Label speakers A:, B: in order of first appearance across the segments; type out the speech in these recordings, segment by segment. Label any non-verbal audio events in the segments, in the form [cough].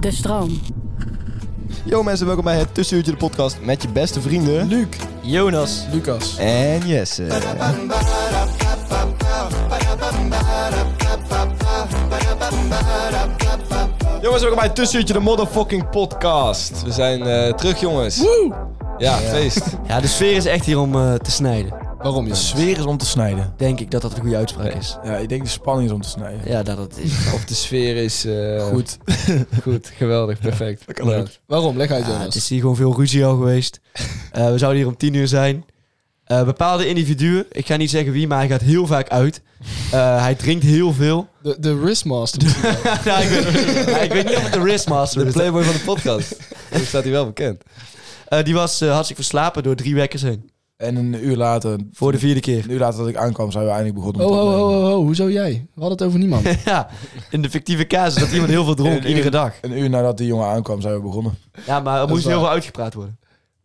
A: De stroom.
B: Yo mensen, welkom bij het Tussenuurtje de podcast met je beste vrienden... Luc, Jonas
C: Lucas.
B: en Jesse. Jongens, welkom bij het Tussenuurtje de motherfucking podcast. We zijn eh, terug jongens. Ja, feest.
D: Ja, de sfeer is echt hier om eh, te snijden.
C: Waarom? Je sfeer is om te snijden.
D: Denk ik dat dat een goede uitspraak is.
C: Ja, ik denk de spanning is om te snijden.
D: Ja, dat het is.
B: Of de sfeer is eh,
C: Goed.
B: [laughs] goed, geweldig, perfect.
C: kan ook.
B: Ja.
C: Waarom? Leg uit,
D: Ja,
C: Jonas.
D: het is hier gewoon veel ruzie al geweest. Eh, we zouden hier om tien uur zijn. Eh, bepaalde individuen, ik ga niet zeggen wie, maar hij gaat heel vaak uit. Eh, hij drinkt heel veel. [laughs]
C: De, de wristmaster.
D: Nou, ik, weet, ja, ik weet niet of het de wristmaster
B: De
D: is.
B: playboy van de podcast. Zo staat hij wel bekend.
D: Eh, die was eh, hartstikke verslapen door drie wekkers heen.
C: [laughs]
D: [laughs]
C: en een uur later,
D: Voor de vierde keer.
C: een uur later dat ik aankwam, zijn we eindelijk begonnen
E: Oh,
C: met
E: oh,
C: opnemen.
E: oh, oh, oh, hoezo jij? We hadden het over niemand.
D: ja, in de fictieve casus dat iemand heel veel dronk,
C: Een
D: iedere
C: uur.
D: dag.
C: Een uur nadat die jongen aankwam, zijn we begonnen.
D: Ja, maar er moest
E: waar.
D: heel veel uitgepraat worden.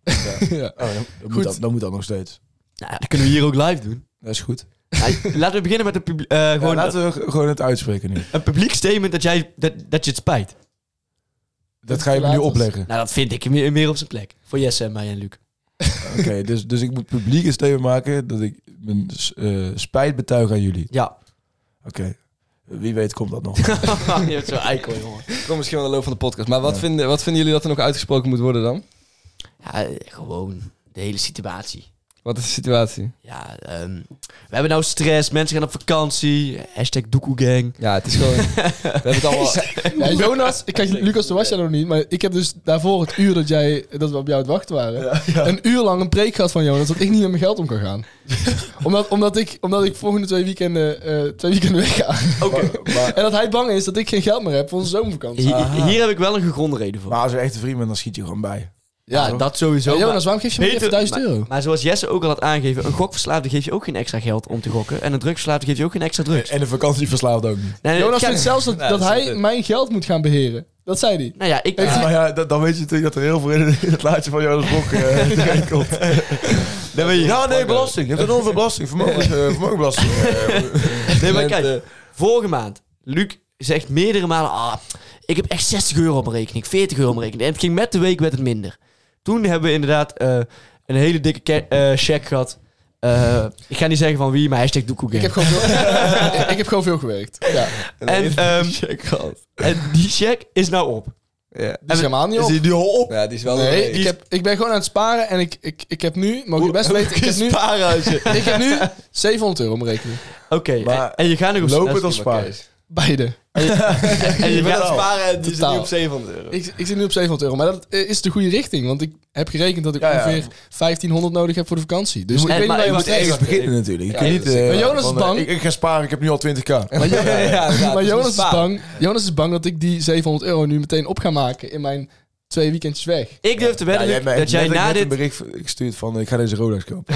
E: ja.
C: Oh, dan, dan
E: Goed.
C: moet dat, dan moet dat nog steeds.
D: Nou, ja, dat kunnen we hier ook live doen.
C: Dat is goed.
D: Nou, [laughs] laten we beginnen met het publiek. eh,
C: Gewoon,
D: gewoon
C: laten we g- gewoon het uitspreken nu.
D: een publiek statement dat, jij, dat, dat je het spijt.
C: Dat ga je me nu
E: laat ons.
C: opleggen.
D: [laughs] Nou, dat vind ik meer, meer op zijn plek. Voor Jesse en mij en Luc.
C: Oké, dus, dus ik moet publiek een statement maken dat ik mijn s- eh, spijt betuig aan jullie.
D: [laughs] Ja.
C: Oké. Wie weet komt dat nog.
D: Ah, je hebt [laughs] zo'n eikel, jongen.
B: Kom misschien wel de loop van de podcast. Maar wat, vinden, wat vinden jullie dat er nog uitgesproken moet worden dan?
D: Ja, eh, gewoon de hele situatie.
B: Wat is de situatie?
D: Ja, ehm, we hebben nou stress. Mensen gaan op vakantie. Hashtag doekoegang.
B: Ja, het is [laughs] gewoon... we hebben het allemaal...
E: Ja, Jonas, ik kijk, Lucas, daar was jij nog niet, maar ik heb dus daarvoor het uur dat, jij, dat we op jou het wachten waren, een uur lang een preek gehad van Jonas dat ik niet met mijn geld om kan gaan. omdat, omdat, ik, omdat ik volgende twee weekenden, eh, twee weekenden weg ga. [laughs]
C: Maar- maar,
E: En dat hij bang is dat ik geen geld meer heb voor onze zomervakantie.
D: Hi- Hier heb ik wel een gegronde reden voor.
C: maar als je echt een vriend bent, dan schiet je gewoon bij.
D: ja, Ah, dat sowieso.
E: Ja,
D: maar-
E: Jonas, waarom geef je me
D: Beter-
E: even 1000 euro?
D: Maar zoals Jesse ook al had aangegeven, een gokverslaafde geeft je ook geen extra geld om te gokken. En een drugsverslaafde geeft je ook geen extra drugs.
C: En de vakantie verslaafd ook niet.
D: Nee, nee,
E: Jonas
D: kijk-
E: vindt zelfs dat,
B: Ja, dat
E: dat
B: is
E: hij
B: het.
E: mijn geld moet gaan beheren. Dat zei hij.
D: nou ja, ik,
C: Ja,
D: [laughs]
C: maar ja, dan, dan weet je natuurlijk dat er heel veel in het laatje van Jonas Blok [laughs] eh, terecht komt. ja, nee, belasting. Je hebt enorm veel belasting. Vermogens, eh, vermogenbelasting. eh. [laughs]
D: Nee, maar
B: Met,
D: kijk,
B: eh,
D: vorige maand, Luc zegt meerdere malen, ah, ik heb echt 60 euro op mijn rekening, 40 euro op mijn rekening. En het ging met de week werd het minder. Toen hebben we inderdaad eh, een hele dikke ke- eh, check gehad. Eh, ik ga niet zeggen van wie, maar hashtag
E: Ik
D: doekoegang.
E: heb gewoon veel, ik heb gewoon veel gewerkt. Ja, dus
D: En, ehm,
B: check gehad.
D: en die check is nou op.
B: Ja.
E: die is helemaal niet op.
C: Is die nu al op?
B: ja, die is wel...
E: Nee,
B: die
E: ik, heb, ik ben gewoon aan het sparen en ik, ik, ik heb nu, mogen jullie best weten, ik heb nu, ik heb [laughs] nu 700 euro om rekening.
D: Oké,
C: Maar
D: en, en je gaat nog op
C: Lopend of
D: als
C: sparen?
E: Beide.
C: [laughs]
D: En je gaat sparen.
B: sparen en die
E: Totaal.
B: 700 euro.
E: Ik, ik zit nu op 700 euro, maar dat eh, is de goede richting, want ik heb gerekend dat ik
C: Ja, ja.
E: ongeveer 1500 nodig heb voor de vakantie. Dus ik
D: en-
E: weet niet
D: maar
E: waar je
D: je
E: moet
D: moet
E: heen.
C: Ergens beginnen natuurlijk. Je
B: Ja,
C: kunt niet, eh,
E: Maar Jonas is
C: van, eh,
E: bang.
C: Ik, ik ga sparen, ik heb nu al 20k.
E: Maar, Jo- maar
B: is
E: Jonas is
B: bespaard.
E: bang. Jonas is bang dat ik die 700 euro nu meteen op ga maken in mijn twee weekendjes weg.
D: Ik durf te
C: Ja, jij
D: wedden Luc,
C: hebt me echt
D: dat jij
C: net-
D: na
C: net een
D: dit...
C: bericht gestuurd van eh, ik ga deze Rolex [laughs] kopen.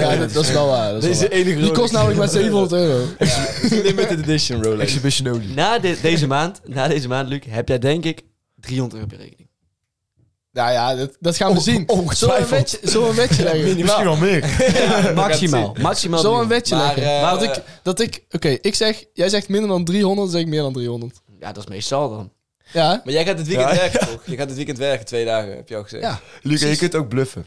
E: Ja, dat, dat is wel waar. dat is wel waar.
B: enige
E: Die kost
C: [laughs]
E: namelijk maar 700 euro.
B: limited edition Rolex.
C: Exhibition only.
D: Na, dit- deze maand, na deze maand, Luc, heb jij denk ik 300 euro op je rekening.
E: Nou ja, dat, dat gaan we
C: On-
E: zien.
C: ongetwijfeld.
E: Zullen we een wedje- zullen we een wedje leggen?
C: Misschien wel [laughs] meer.
D: [laughs] Maximaal. Maximaal.
E: Zullen we een
D: 300.
E: wedje
B: Maar,
E: leggen?
B: eh,
E: dat ik, dat ik oké, ik zeg, jij zegt minder dan 300, dan zeg ik meer dan 300.
D: Ja, dat is meestal dan.
E: Ja,
B: Maar jij gaat het weekend
C: Ja.
B: werken, toch? Je gaat het weekend werken, twee dagen, heb je al gezegd.
E: Ja.
C: Luca, je kunt ook bluffen.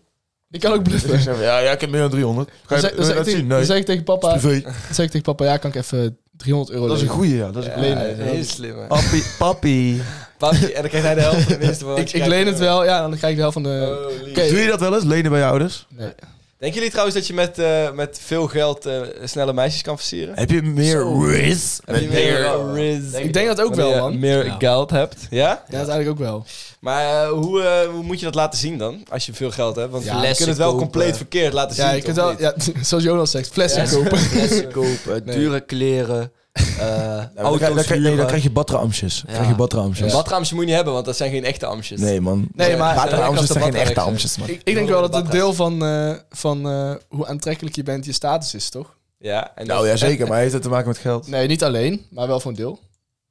E: ik kan ook bluffen.
C: Ik zeg, Ja, ja, ik heb meer dan 300. Ga
E: Dan
C: je
E: zeg, dan
C: wil je
E: zeg
C: dat
E: ik,
C: zien?
E: tegen-
C: Nee.
E: dan zeg ik tegen papa, dan
C: Privé.
E: zeg ik tegen papa, ja, kan ik even 300 euro
C: Dat is een
E: lenen?
C: goede, ja. Dat is een goeie.
B: Ja, heel slim.
E: Oh.
B: hè.
C: Papi, papi.
B: Papi, en dan krijg jij de helft van de winst.
E: [laughs] Ik, ik leen het wel, ja, dan krijg ik de helft van
B: Oh,
E: de... Oké.
C: Doe je dat wel eens? Lenen bij je ouders?
E: Nee.
B: Denken jullie trouwens dat je met, eh, met veel geld eh, snelle meisjes kan versieren?
C: Heb je meer risk?
B: Heb je meer
E: Ik denk dat ook wel,
B: Wanneer je
E: man.
B: meer geld hebt. Ja?
E: Ja, dat is eigenlijk ook wel.
B: Maar eh, hoe, eh, hoe moet je dat laten zien dan? Als je veel geld hebt? Want
E: Ja,
B: je kunt
D: lessen
B: het wel
D: kopen.
B: compleet verkeerd laten
E: Ja, [laughs]
B: zien.
E: je kunt
B: toch
E: wel,
B: niet? [laughs]
E: [laughs] ja, zoals Jonas zegt, flessen kopen.
D: Flessen kopen,
E: Nee.
D: dure kleren. eh
C: Nou, Oh, dan,
D: auto's
C: krijg, dan, krijg, nee, dan
D: huren.
C: krijg je batraamsjes. Dan krijg je batraamsjes.
B: Badraamsjes moet je niet hebben, want dat zijn geen echte amsjes.
C: Nee, man.
E: Nee, maar-
C: Batraamsjes zijn geen
B: Batraamsjes.
C: echte amsjes, man.
E: Ik, ik
B: [laughs]
E: denk wel dat het deel van, eh, van eh, hoe aantrekkelijk je bent je status is, toch?
B: Ja, en dat-
C: Nou ja, zeker. Maar heeft het te maken met geld?
E: Nee, niet alleen, maar wel voor een deel.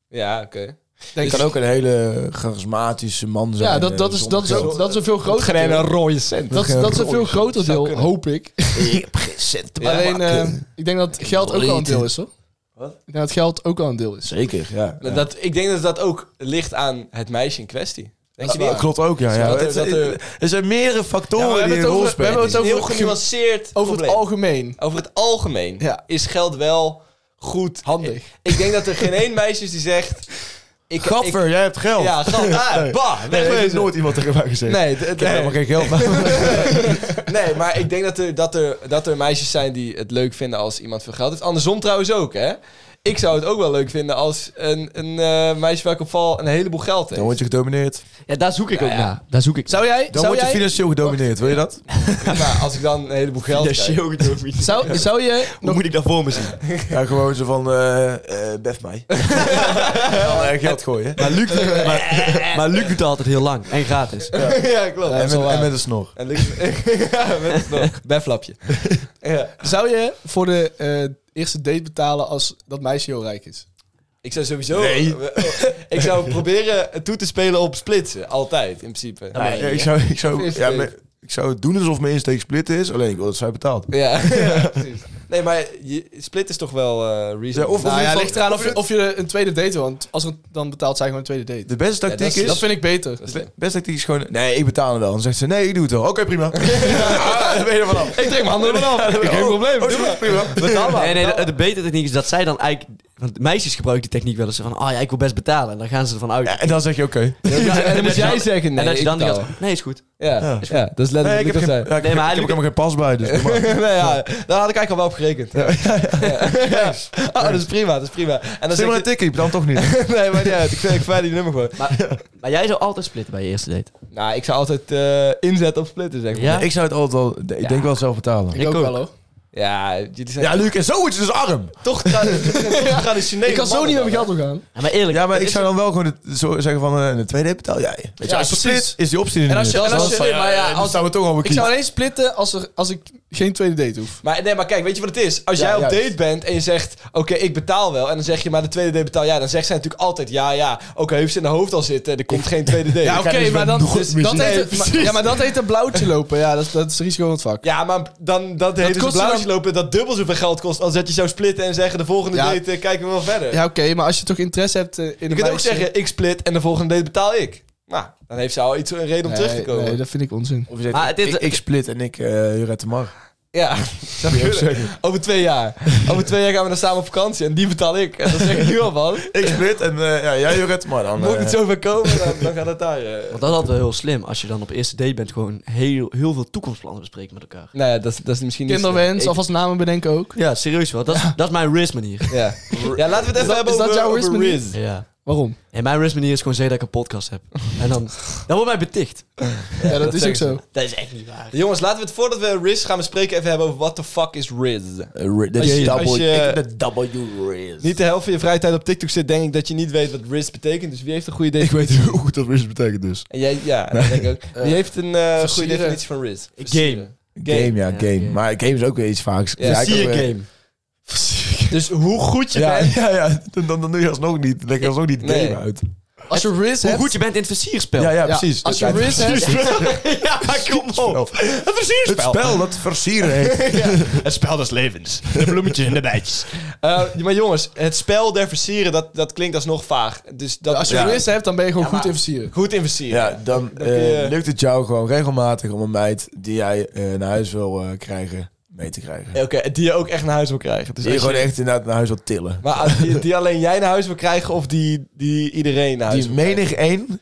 B: Ja, oké.
C: Je
E: Denk
C: kan
E: ik.
C: ook een hele charismatische man zijn.
E: Ja, dat,
C: eh,
E: dat, is, dat, is,
C: zonder
E: ook, dat is een veel groter
B: Geen
E: deel.
B: ene rode cent. [laughs]
E: Dat, is- dat is een veel groter
B: Zou
E: deel,
B: kunnen.
E: hoop ik.
C: geld. Ik heb geen cent te
E: Alleen,
C: maken.
E: eh, ik denk dat geld ook al een deel is, hoor.
C: Wat?
E: Ik denk dat geld ook al een deel is.
C: Zeker, ja.
B: Dat- eh, Dat, ik denk dat dat ook ligt aan het meisje in kwestie. Denk je
C: Ja,
B: niet?
C: klopt ook, ja. ja.
B: dat er-
C: Het-
B: dat er-
C: het- er zijn meerdere
B: Ja, maar
C: factoren
B: we
C: die
B: hebben
C: een
B: het
C: rol
B: over, we
C: spelen.
B: hebben het over
E: Heel
B: een genuanceerd
E: Over het
B: probleem.
E: algemeen.
B: Over het algemeen
E: Ja.
B: is geld wel goed.
E: Handig.
B: Ik, ik denk dat er geen één meisje is die zegt... Ik,
C: Gaffer, jij hebt
B: ik-
C: geld.
B: ja, geld. Ah, bah,
C: Nee, dat heeft
B: wegwezen.
C: nooit iemand tegen mij gezegd.
B: Nee, d-
C: Ik heb helemaal
B: nee,
C: geen geld. maar-
B: nee, maar ik denk dat er, dat, er, dat er meisjes zijn die het leuk vinden als iemand veel geld heeft. Andersom trouwens ook, hè. Ik zou het ook wel leuk vinden als een, een eh, meisje waar ik op val een heleboel geld heeft.
C: Dan word je gedomineerd.
D: [laughs] Ja, daar zoek ik ook
B: Ja, ja.
D: naar. Daar zoek ik
E: Zou jij...
C: Dan
E: zou
C: word je
E: jij,
C: financieel gedomineerd, wil je dat?
B: [laughs] Nou, als ik dan een heleboel geld
D: naar.
B: krijg.
D: Financieel gedomineerd.
E: zou,
B: [laughs]
E: zou je...
D: Hoe moet ik dat voor me zien?
C: Ja, gewoon zo van, eh eh bef mij. Dan eh, geld gooien.
D: Maar
C: [laughs]
D: Luc, maar, maar Luc doet het altijd heel lang en gratis.
B: ja, klopt.
C: En met, en met een snor.
B: En lukt [laughs] ja, met
E: [laughs]
B: nog. Beflapje. ja.
E: Zou je voor de eh, eerste date betalen als dat meisje heel rijk is?
B: Ik zou sowieso...
C: Nee.
B: ik zou [laughs] proberen toe te spelen op splitsen. Altijd, in principe.
C: Ja, ik, zou, ik,
B: [laughs]
C: zou,
B: Eerst
C: ja,
B: even.
C: maar ik zou het doen alsof mijn insteek split is. Alleen ik wil dat zij betaalt.
B: Ja, ja, precies. Nee, maar je, split is toch wel eh reason.
C: Ja, of-
E: Nou
C: in
E: ja,
C: ieder
E: ligt
C: geval-
E: eraan of je, of je een tweede date wil. Want als het, dan betaalt zij gewoon een tweede date.
C: De beste
B: dat
C: tactiek
B: is-
E: Dat
C: is...
E: vind ik beter.
C: De beste tactiek is gewoon... Nee, ik betaal hem wel. Dan zegt ze, nee, ik doe het wel. Oké,
B: [laughs]
C: prima. [laughs] Ja, dan ben je er vanaf.
E: Ik trek mijn handen ervan af.
B: oh.
C: Geen probleem. prima.
D: Nee, nee, de, de betere techniek is dat zij dan eigenlijk... Want meisjes gebruiken die techniek wel eens van... Ah ja, ik wil best betalen. [laughs] En dan gaan ze ervan uit.
C: Ja, en dan zeg je, oké.
D: en
B: en dan moet jij
D: dan-
B: zeggen nee.
D: en als je dan
B: ik
D: niet
B: betaal.
D: gaat... Nee, is goed.
B: Ja,
C: Ja.
B: ja, dat is
C: Nee,
B: letterlijk
C: ik heb,
B: wat
C: geen,
B: zij-
C: ja, ik,
D: Nee, maar hij
C: ik heb
D: doet-
C: ook helemaal geen pas bij. Dus doe maar.
B: [laughs] nee, ja, daar had ik eigenlijk al wel op gerekend. Ja, Oh, dat is prima, dat is prima. En dan
C: Zeg
B: zeg
C: maar een
B: je...
C: tikkie, ik betaal toch niet.
B: Nee, maar niet uit. Ik vind ik fijn die nummer gewoon.
D: Maar jij zou altijd splitten bij je eerste date.
B: Nou, ik zou altijd eh inzetten op splitten, zeg maar.
D: Ja?
C: Ik zou het altijd wel... Ik denk wel zelf betalen.
E: Ik ook
D: ook.
E: wel hoor.
B: Ja, jullie zijn
C: Ja, Luc, en zo is het dus arm.
B: toch tra- [laughs] toch traditioneel.
E: Ik kan zo niet met mijn geld omgaan.
D: Ja, maar eerlijk.
C: Ja, maar ik zou dan wel gewoon het- zo zeggen van eh, de tweede betaal jij. Weet je,
E: Ja,
C: als je
E: precies.
C: split is die optie er
E: En
C: niet
E: als je,
C: meer.
E: en als je, maar ja,
C: Dan
E: als,
C: staan we toch al
E: ik zou alleen splitten als, er, als ik geen tweede date hoef.
B: Maar, nee, maar kijk, weet je wat het is? Als
C: Ja,
B: jij op
C: juist.
B: date bent en je zegt, oké, ik betaal wel. En dan zeg je, maar de tweede date betaal jij. Dan zegt zij natuurlijk altijd, ja, ja. Ook al heeft ze in haar hoofd al zitten, er komt geen tweede date.
E: Ja, oké, maar dan,
C: nog
E: dus,
C: meer
E: dat
C: zien.
E: heet,
C: Nee,
E: het- maar, ja, maar dat heet een blauwtje lopen. Ja, dat is, dat is het risico van het vak.
B: Ja, maar dan dat hele
E: kost je
B: blauwtje
E: dan-
B: lopen dat dubbel zoveel geld kost als dat je zou splitten en zeggen de volgende
E: Ja.
B: date eh, kijken we wel verder.
E: Ja, oké, maar als je toch interesse hebt eh, in
B: je
E: een
B: kunt ook
E: meisje-
B: zeggen ik split en de volgende date betaal ik. Nou, dan heeft ze al iets een reden om
E: nee,
B: terug te komen.
E: Nee, dat vind ik onzin.
C: Of je zegt,
D: Maar het is-
C: ik, ik split en ik eh huur uit de markt.
B: Ja, zou kunnen. [laughs] Over twee jaar. Over twee jaar gaan we dan samen op vakantie en die betaal ik. En dan zeg ik [laughs] nu al van.
C: Ik split en eh, ja, jij huur uit de markt. Dan,
B: Mocht
C: eh,
B: het zo ver komen, dan, dan gaat het daar. eh.
D: Want dat is altijd wel heel slim. Als je dan op eerste date bent gewoon heel, heel veel toekomstplannen bespreken met elkaar.
B: Nou ja, dat, is- dat is misschien niet
E: Kinderwens,
D: ik-
E: alvast namen bedenken ook.
D: Ja, serieus wel. Dat is, dat is mijn risk manier.
B: slim. Ja. ja, laten we het even
E: dat-
B: hebben
E: is dat
B: over,
E: jouw
B: over
E: wisdom?
B: Riz.
D: Ja.
E: Waarom?
D: En mijn risk manier is gewoon zeggen dat ik een podcast heb. En dan, dan wordt mij beticht.
B: [laughs]
E: Ja, dat, is ook
B: zeggen
E: zo.
D: Dat is echt niet waar.
B: Jongens, laten we het voordat we Riz gaan bespreken even hebben over what the fuck is Riz.
C: eh, ri- Dat
B: Als je-
C: is
B: als je-
C: double- [laughs] ik- de double riz.
B: Niet de helft van je vrije tijd op TikTok zit, denk ik dat je niet weet wat Riz betekent. Dus wie heeft een goede
C: Ik
B: definitie?
C: weet hoe goed dat riz betekent dus.
B: En jij, ja, dat denk ik ook. Wie heeft een eh, goede
E: versieren.
B: definitie van Riz?
D: Game.
C: Game, ja,
D: Ja,
C: game.
D: game.
C: Maar game is ook weer iets vaaks.
B: Ja,
C: ik
D: Zie
C: heb,
D: je
C: eh,
D: game.
B: Dus hoe goed
C: [laughs]
B: je
C: Ja,
B: bent.
C: ja, ja. Dan, dan, dan doe je alsnog niet. Leg je alsnog niet de
B: Nee.
C: game uit.
E: Als je Riz
D: Hoe
E: hebt...
D: goed je bent in het versierspel.
C: Ja, ja,
E: Ja,
C: precies.
E: Als je
C: Ja,
E: Riz hebt...
D: [laughs] Ja, kom
C: spel.
D: Het versierspel.
C: Het spel dat [laughs] versieren heet.
F: Het spel des levens. De bloemetjes en de bijtjes.
B: Eh, maar jongens, het spel der versieren, dat, dat klinkt alsnog vaag. Dus dat,
E: Als je
B: ja.
E: Riz hebt, dan ben je gewoon goed
B: maar-
E: in versieren.
B: Goed in versieren.
C: Ja, dan
B: Dan kun je-
C: eh, lukt het jou gewoon regelmatig om een meid die jij eh, naar huis wil eh, krijgen, mee te krijgen.
B: Oké, eh, die je ook echt naar huis wil krijgen. Dus
C: die je
B: als je-
C: gewoon echt inderdaad naar huis wil tillen.
B: Maar als die, die alleen jij naar huis wil krijgen of die, die iedereen naar huis
C: Die
B: wil krijgen?
C: menig één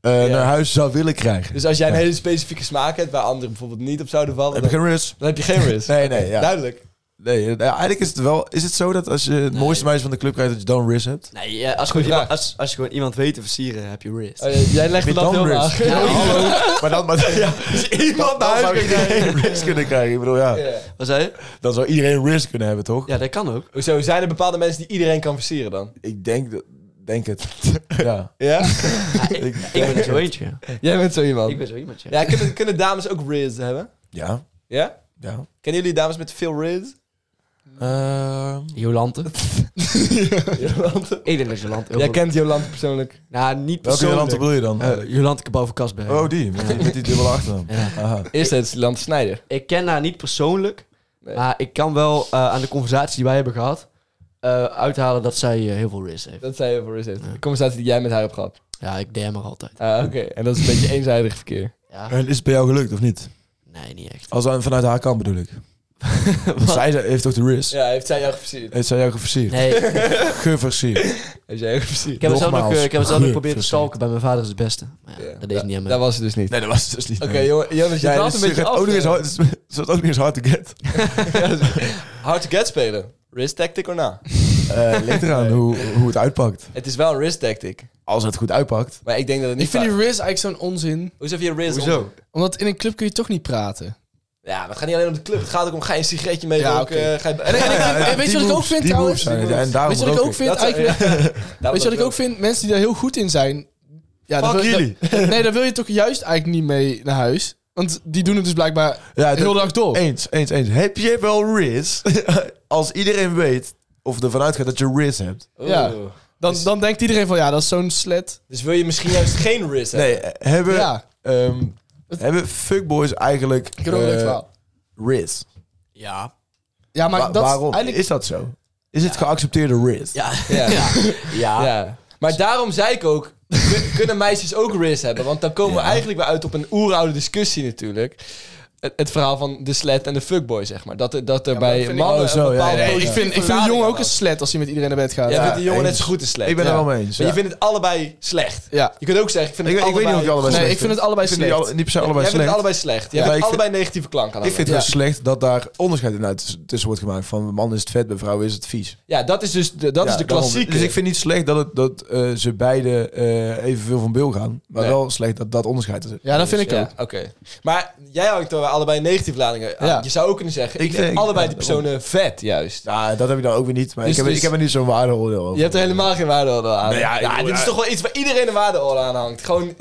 C: eh,
B: Ja.
C: naar huis zou willen krijgen.
B: Dus als jij een hele specifieke smaak hebt waar anderen bijvoorbeeld niet op zouden vallen,
C: Heb ik
B: dan,
C: geen rust?
B: dan heb je geen risk.
C: Nee, nee, [laughs] ja.
B: Duidelijk.
C: Nee, nou, eigenlijk is het wel... Is het zo dat als je het mooiste meisje van de club krijgt, dat je dan Riz hebt?
D: Nee, ja, als, gewoon
B: vraag.
D: iemand, als, als je gewoon iemand weet te versieren, heb je
B: [laughs]
D: wrist.
B: Oh, ja, jij legt de lat heel laag.
C: Ja, hallo. Maar dan... Maar, ja,
D: iemand
C: dan zou iedereen [laughs] Riz kunnen krijgen. Ik bedoel, ja.
B: Ja.
D: Wat zei je?
C: Dan zou iedereen Riz kunnen hebben, toch?
D: Ja, dat kan ook.
B: [laughs] Hoezo, zijn er bepaalde mensen die iedereen kan versieren dan?
C: Ik denk dat... Denk het. [laughs] Ja.
B: Ja?
C: Ik,
D: Ik ben er zo eentje.
B: [laughs] Jij bent zo
D: Ik
B: iemand.
D: ben zo iemand, ja.
B: Ja, kunnen, kunnen dames ook riz hebben?
C: Ja.
B: Ja?
C: Ja.
B: Kennen jullie dames met veel riz?
C: Ehm,
D: Jolante.
B: [laughs] Jolante.
D: Ik denk dat Jolante heel
B: Jij
D: goed-
B: kent Jolante persoonlijk.
D: Nou, niet
C: welke
D: persoonlijk.
C: land bedoel je dan?
D: Eh, Jolante Kabouw-Kasberg.
C: oh, die. Met met die dubbele achternaam.
D: Ja.
C: Aha.
B: Eerst het Jolante Snijder.
D: Ik ken haar niet persoonlijk,
B: Nee.
D: maar ik kan wel eh, aan de conversatie die wij hebben gehad eh, uithalen dat zij eh, heel veel risk heeft.
B: Dat zei je voor riz heeft. De conversatie die jij met haar hebt gehad.
D: Ja, ik DM haar altijd.
B: Ah, oké. En dat is een beetje eenzijdig verkeer.
D: Ja.
C: En is het bij jou gelukt of niet?
D: Nee, niet echt.
C: Als aan- vanuit haar kant [laughs] bedoel ik. Want Dus zij ze- heeft toch de Riz?
B: Ja, heeft zij jou geversierd?
C: Heeft zij jou geversierd?
D: Nee,
C: Geversierd.
B: Heeft jij jou geversierd?
D: ik heb mezelf nog,
C: Nogmaals,
D: eh, ik heb mezelf nog
C: geur,
D: proberen te
C: vertel.
D: stalken bij mijn vader is het beste. Maar ja,
B: Ja,
D: dat deed niet aan mij.
B: Dat was het dus niet.
C: Nee, dat was het dus niet.
B: Oké,
C: nee.
B: jongen, Jonas, je
C: Ja,
B: gaat
C: dus
B: een
C: je
B: beetje
C: gaat
B: af.
C: ook nog eens
B: [laughs] eh.
C: hard, het is ook nog eens hard to get.
B: Hard to get spelen. Wrist tactic of na? [laughs]
C: Eh ligt eraan hoe, hoe het uitpakt.
B: Het is wel een wrist tactic.
C: Als het goed uitpakt.
B: Maar ik denk dat het niet...
E: Ik vind die
B: vaak-
E: Riz eigenlijk zo'n onzin.
B: Hoezo heb je wrist om?
E: Omdat in een club kun je toch niet praten.
B: Ja, maar het gaat niet alleen om de club. Het gaat ook om, ga je een sigaretje mee
E: Ja,
B: roken?
E: oké.
B: Ga je...
E: En, en ik vind-
C: Ja,
E: en weet je
C: die
E: wat ik ook
C: moves-
E: vind
C: die
E: trouwens?
C: moves zijn het. En daarom
E: Weet je wat ik
C: rook
E: ook
C: ik.
B: [laughs] Dat zou- [laughs]
E: vind? Eigenlijk,
B: Daarom
E: Weet je wat ik
B: dat
E: ook vind? Mensen die daar heel goed in zijn. Ja, daar
C: Fuck
E: wil-
C: jullie.
E: daar- [laughs] nee, daar wil je toch juist eigenlijk niet mee naar huis. Want die doen het dus blijkbaar
C: Ja,
E: de
C: dat-
E: heel de dag door.
C: Eens, eens, eens. Heb je wel Riz? [laughs] Als iedereen weet of ervan uitgaat dat je Riz hebt.
B: Oeh.
E: Ja. Dan, dan denkt iedereen van ja, dat is zo'n slet.
B: Dus wil je misschien juist geen wrist hebben?
C: Nee, eh, hebben,
E: Ja,
C: ehm, hebben fuckboys eigenlijk
E: ik heb ook een leuk
C: eh,
E: verhaal.
C: Riz?
D: Ja.
E: Ja, maar
C: Wa-
E: dat
C: waarom?
E: is eigenlijk...
C: Is dat zo? Is het geaccepteerde Riz?
D: Ja.
B: Ja.
D: [laughs] Ja. ja.
B: Ja. Maar daarom zei ik ook, [laughs] kun- kunnen meisjes ook ris hebben? Want dan komen we eigenlijk weer uit op een oeroude discussie natuurlijk. Het, het verhaal van de slet en de fuckboy, zeg maar. Dat, er- dat er bij
E: vind ik-
B: mannen
C: Oh, zo, ja,
B: een bepaalde
C: ja, ja.
E: Nee, ik
B: positieve
E: vind, ik vind een
B: lading
E: jongen
B: aan
E: ook een
B: had.
E: slet als hij met iedereen naar bed gaat.
B: Jij
E: Ja,
B: vindt die jongen net
C: eens.
B: zo goed een slet.
C: Ik ben
B: ja.
C: er wel mee eens.
B: Maar
C: ja.
B: je vindt het allebei slecht.
E: ja.
B: Je kunt ook zeggen, ik vind
C: Ik,
B: het
C: ik weet niet
B: allebei...
C: of je allebei
E: Nee,
C: slecht
E: ik vind het allebei
C: vindt. Ik vind
E: slecht.
C: die, die persoon allebei
B: Jij vindt
C: slecht.
B: het allebei slecht. Jij
C: Ja,
B: vindt
C: ik
B: allebei negatieve klank aan
C: Ik vind
B: elkaar.
C: het
E: Ja.
C: wel slecht dat daar onderscheid in uit tussen wordt gemaakt. Van man is het vet, bij vrouw is het vies.
B: Ja, dat is dus de, dat
C: Ja,
B: is de
C: daarom.
B: klassieke.
C: Dus ik vind niet slecht dat, het, dat eh, ze beide eh, evenveel van bil gaan. Maar
B: Nee.
C: wel slecht dat dat onderscheid is.
E: Ja, dat vind ik
B: Dus Ja,
E: ook.
B: oké. Maar jij hangt er wel allebei negatieve ladingen aan.
E: Ja.
B: Je zou ook kunnen zeggen, ik,
C: Ik
B: vind
C: denk-
B: allebei
C: ja,
B: die personen vet, juist.
C: Ja, dat heb ik dan ook weer niet. Maar
B: Dus-
C: ik, heb,
B: dus-
C: ik heb er niet zo'n waardeoordeel over.
B: Je hebt er helemaal geen waardeoordeel aan.
C: Nee, Nou ja, ik
B: ja,
C: bedoel,
B: dit is
C: ja.
B: toch wel iets waar iedereen een waardeoordeel aan hangt. Gewoon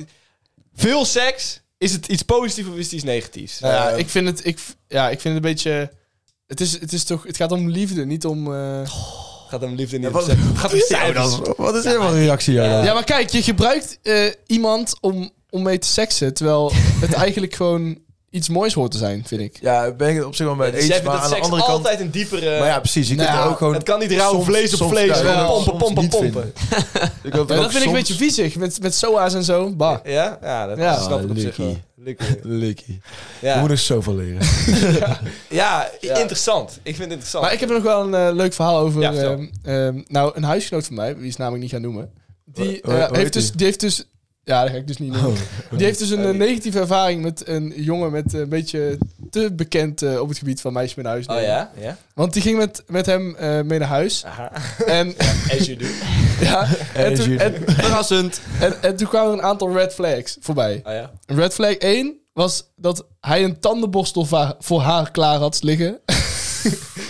B: veel seks. Is het iets positiefs of is het iets negatiefs?
E: Nou ja,
C: Eh,
E: ik vind het, ik, v- ja, ik vind het een beetje... Het, is, het, is toch, het gaat om liefde, niet om... eh,
B: Het gaat om liefde niet.
C: Ja,
B: om
C: wat,
B: seks. Het gaat om
C: ja,
B: cijfers.
C: dat is- wat is helemaal een reactie? Ja,
E: Ja, maar kijk, je gebruikt eh, iemand om, om mee te seksen, terwijl het
C: [laughs]
E: eigenlijk gewoon iets moois hoort te zijn, vind ik.
C: ja ben ik het op zich wel mee
B: Dus
C: eens.
B: jij vindt
C: maar
B: dat
C: aan de
B: seks
C: andere kant...
B: altijd een diepere...
C: Maar ja, precies. Je
E: Nou
C: kunt
E: ja,
C: er ook gewoon...
B: het kan niet rauw
C: soms-
B: vlees op
C: soms
B: vlees.
C: wel,
B: gewoon
C: soms
B: pompen, pompen,
C: niet
B: pompen.
C: vinden.
E: [laughs]
C: Ik wil het
E: Ja,
C: ook
E: dat vind ik een
C: soms-
E: beetje viezig, met, met SOA's en zo. Bah.
B: Ja? Ja, dat
E: Ja.
B: snap ik op
C: Ah,
B: zich wel.
C: Lucky.
B: Lucky.
C: Likkie. Je
B: Ja.
C: moet nog zoveel leren.
E: [laughs]
B: Ja, interessant. Ik vind het interessant.
E: Maar ik heb nog wel een eh, leuk verhaal over...
B: Ja, vertel.
E: ehm, ehm, nou, een huisgenoot van mij, wie is namelijk niet gaan noemen, die,
C: Hoe- hoe
E: eh,
C: heet
E: heeft, dus,
C: die? Oh.
E: die heeft dus... Ja, dat ga ik dus niet noemen. Die heeft dus een eh, negatieve ervaring met een jongen met eh, een beetje te bekend eh, op het gebied van meisjes met huis.
B: Oh ja? Ja.
E: Want die ging met, met hem eh, mee naar huis. En, [laughs]
B: As you do.
E: ja, en, toen, en,
D: Verrassend.
E: En, en toen kwamen er een aantal red flags voorbij.
B: Oh ja?
E: Red flag 1 was dat hij een tandenborstel va- voor haar klaar had liggen. [laughs]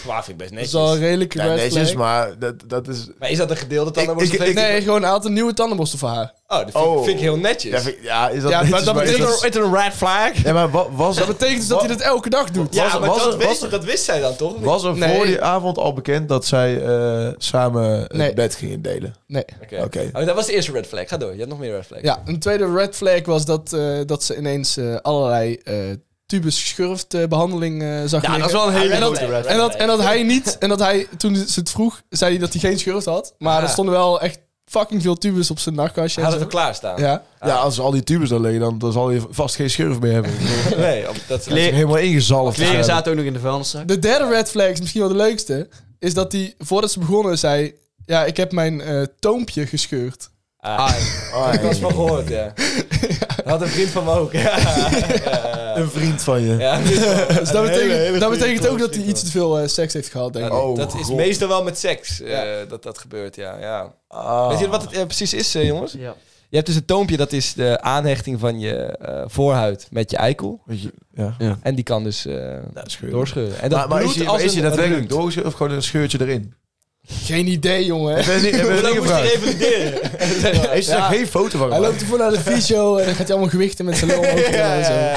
B: Waar vind ik best
E: Dat
B: netjes.
E: is al een redelijke
C: Ja,
E: red
C: netjes,
E: flag.
C: maar dat, dat is...
B: Maar is dat een gedeelte dan?
C: Ik-
B: Dan wordt
C: ik-
B: het
C: ik-
B: nee.
E: Nee, gewoon hij had een nieuwe tandenborstel voor haar.
B: Oh, dat vind, ik-
C: Oh.
B: vind ik heel netjes.
C: Ja, vind ik- ja, is dat
E: Ja, maar
C: netjes, [laughs]
E: dat
C: is
E: betekent-
C: dat-
B: het een red flag?
C: Ja, maar wa- was
E: Dat betekent dus dat hij dat elke dag doet.
B: Ja,
C: Was-
B: maar
C: was
B: dat,
C: er-
B: wist,
C: was er-
B: dat wist zij dan toch? Oké.
C: Was er
E: Nee.
C: voor die avond al bekend dat zij eh, samen het
E: Nee.
C: bed gingen delen?
E: Nee.
C: Oké.
B: Oh, dat was de eerste red flag. Ga door. Je had nog meer red flags.
E: Ja, een tweede red flag was dat, eh, dat ze ineens eh, allerlei eh tubus schurft eh, behandeling eh, zag liggen.
D: dat is wel een hele
E: en dat,
D: grote red
E: en dat, en dat hij niet, en dat hij toen ze het vroeg, zei hij dat hij geen schurft had. Maar
B: Ah.
E: er stonden wel echt fucking veel tubus op zijn nachtkastje.
B: Hij
E: en
B: had het
E: zo.
B: er klaarstaan.
E: Ja.
C: Ja, als al die tubes daar liggen, dan, dan zal je vast geen schurf meer
E: [laughs]
C: hebben. Ze
B: Nee, op, dat
D: Kle-
C: zijn helemaal ingezalfd. Eh,
D: Kleren zaten ook nog in de vuilniszak.
E: De derde red flag is misschien wel de leukste. Is dat hij, voordat ze begonnen, zei... Ja, ik heb mijn eh toompje gescheurd.
B: Ah,
C: Ah,
B: ik
C: ja.
B: was van gehoord, ja. Dat had een vriend van me ook. Ja,
C: Een vriend van je.
B: ja.
E: Dus dat
B: Een hele,
E: betekent,
B: hele
E: dat
B: goede
E: betekent ook
B: klant,
E: dat hij iets te veel eh, seks heeft gehad, denk ik.
C: Oh,
B: dat is
C: God.
B: meestal wel met seks eh, dat dat gebeurt, ja. ja.
C: Ah.
B: Weet je wat het eh, precies is, eh, jongens?
D: Ja.
B: Je hebt dus een toompje, dat is de aanhechting van je eh, voorhuid met je eikel.
C: Weet je- Ja.
B: En die kan dus eh,
C: Ja, scheuren.
B: doorscheuren. En dat
C: Maar, maar is
B: bloedt
C: je,
B: als
C: maar is je
B: een-
C: daadwerkelijk
B: een-
C: doorgeschreven of gewoon een scheurtje erin?
E: Geen idee, jongen.
C: Ik
E: hè.
C: ben niet- ik ben
B: Dat
C: niet
B: moest je
C: gevraagd.
B: revalideren.
C: Heeft ze daar geen foto van
E: Hij
C: gemaakt?
E: loopt ervoor naar de fysio en dan gaat hij allemaal
B: [laughs]
E: gewichten met zijn lul omhoog.
B: Ja,
E: en zo.
B: ja,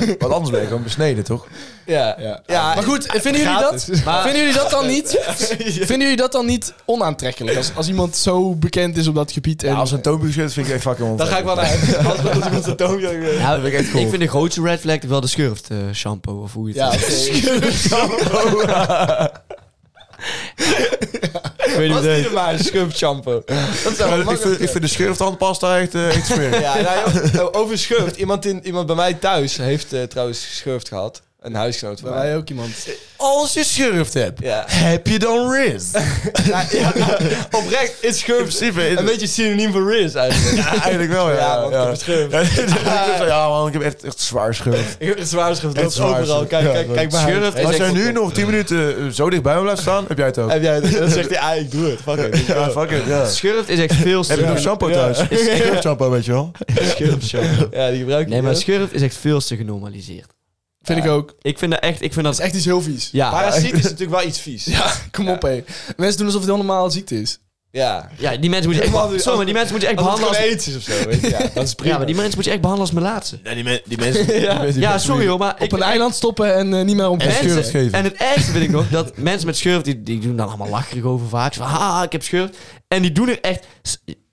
B: ja.
C: Want anders ben je gewoon besneden, toch?
B: Ja.
E: Ja.
B: Ja,
E: maar goed, eh, vinden jullie dat? Vinden jullie dat dan niet?
B: [laughs]
E: [laughs] Vinden jullie dat dan niet onaantrekkelijk? Als, als iemand zo bekend is op dat gebied. En,
C: Ja, als een toompje gescheurd is, vind ik echt fucking
B: Dan ga ik wel naar huis. Als ik iemand zijn toompje... eh,
D: Ja,
C: vind ik echt cool.
D: Ik vind de grootste red flag wel de schurft eh, shampoo of hoe je het
E: ja,
D: Ik
E: oké.
D: weet niet
B: Was
D: hoe het
B: die
D: heet.
B: er maar, een schurft shampoo. Dat zou
C: ik,
B: wel
C: vind, ik
B: makkelijk
C: vind de schurftandpasta echt, eh, echt smerig.
B: [laughs] Ja, nou, joh, over schurft. Iemand, in, iemand bij mij thuis heeft eh, trouwens schurft gehad. Een huisgenoot van
E: Bij
B: mij.
E: mij ook iemand.
C: Als je schurft hebt,
B: Ja. [laughs]
C: heb je dan Riz? In
B: Ja, ja, nou, oprecht is schurft
C: principe,
B: een beetje synoniem voor Riz eigenlijk.
C: ja, eigenlijk wel, ja.
B: Ja, want ik
C: ja.
B: heb het schurft.
C: Ja, [laughs] ik heb- ja, man, ik heb echt, echt zwaar schurft.
B: Ik heb [laughs] een zwaar schurft. Dat
C: Echt
B: is
C: zwaar
B: overal.
C: schurft.
B: Kijk,
C: Ja,
B: kijk,
C: dat-
B: kijk bij
D: Schurft
B: huis.
D: is
C: Als jij
D: echt-
C: nu nog 10 minuten eh, zo dicht bij me blijft staan, heb jij het ook.
B: Heb jij, dan zegt hij, ah, ik doe het. Fuck it.
C: Ja, fuck it, ja.
D: Schurft is echt veel
C: Heb je nog
D: te
C: shampoo thuis? Schurft shampoo, weet je wel.
B: [laughs]
D: [laughs]
B: Ja, die gebruik ik
D: Nee, maar
B: niet,
D: schurft is echt veel te genormaliseerd.
E: Vind ik ook. Dat
D: Ik vind dat echt... Ik vind
E: is
D: dat...
E: echt iets heel vies.
B: hè.
D: Ja,
B: Parasiet is natuurlijk wel iets vies. Ja.
E: Kom op, hé. Mensen doen alsof het een normale ziekte is.
B: ja.
D: ja die mensen moet je echt...
B: Als het-
D: Sorry, maar die mensen moet je echt
B: Als het
D: behandelen
B: gewoon aids
D: als...
B: is of zo, weet je. [laughs] Ja, dat is prima.
D: Ja, maar die mensen moet je echt behandelen als melaatse.
C: Nee, die, men- die mensen...
D: Ja, sorry hoor, maar...
E: Op een eiland stoppen en eh, niet meer op
C: En
E: mensen.
C: schurft geven.
D: En het ergste vind ik nog, dat mensen met schurft, die, die doen dan allemaal lacherig over vaak. Van, ha, ik heb schurft. En die doen er echt,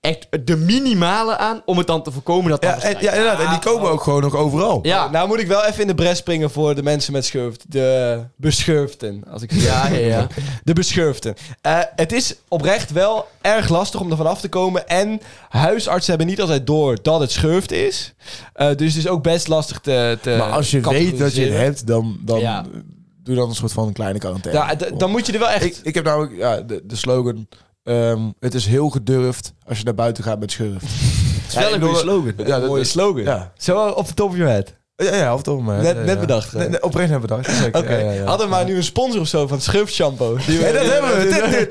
D: echt de minimale aan om het dan te voorkomen dat
C: Ja,
D: dat
C: en, ja, inderdaad. En die komen ook gewoon nog overal.
D: ja.
B: Nou moet ik wel even in de bres springen voor de mensen met schurft. De beschurften, als ik het zo
D: Ja, ja, ja.
B: [laughs] De beschurften. Eh, het is oprecht wel erg lastig om ervan af te komen. En huisartsen hebben niet altijd door dat het schurft is. Eh, dus het is ook best lastig te, te
C: Maar als je weet dat je het
B: categoriseren.
C: hebt, dan, dan
D: Ja.
C: doe dan een soort van kleine quarantaine.
B: Ja, d- dan moet je er wel echt...
C: ik, ik heb namelijk ja, de, de slogan... ehm, het is heel gedurfd als je naar buiten gaat met schurft.
D: Het is wel een goede slogan.
C: Ja, dat-
B: mooie
C: dat-
B: slogan.
C: Ja,
B: Zo op de top of your head.
C: ja, ja of toch maar.
B: Net-
C: Ja,
B: net
C: ja.
B: bedacht, hè?
C: Nee, nee, oprecht net bedacht. Oké.
B: Oké. Hadden we maar nu een sponsor of zo van schurftshampoo. Die we-
C: En dat hebben we. Dit, dit,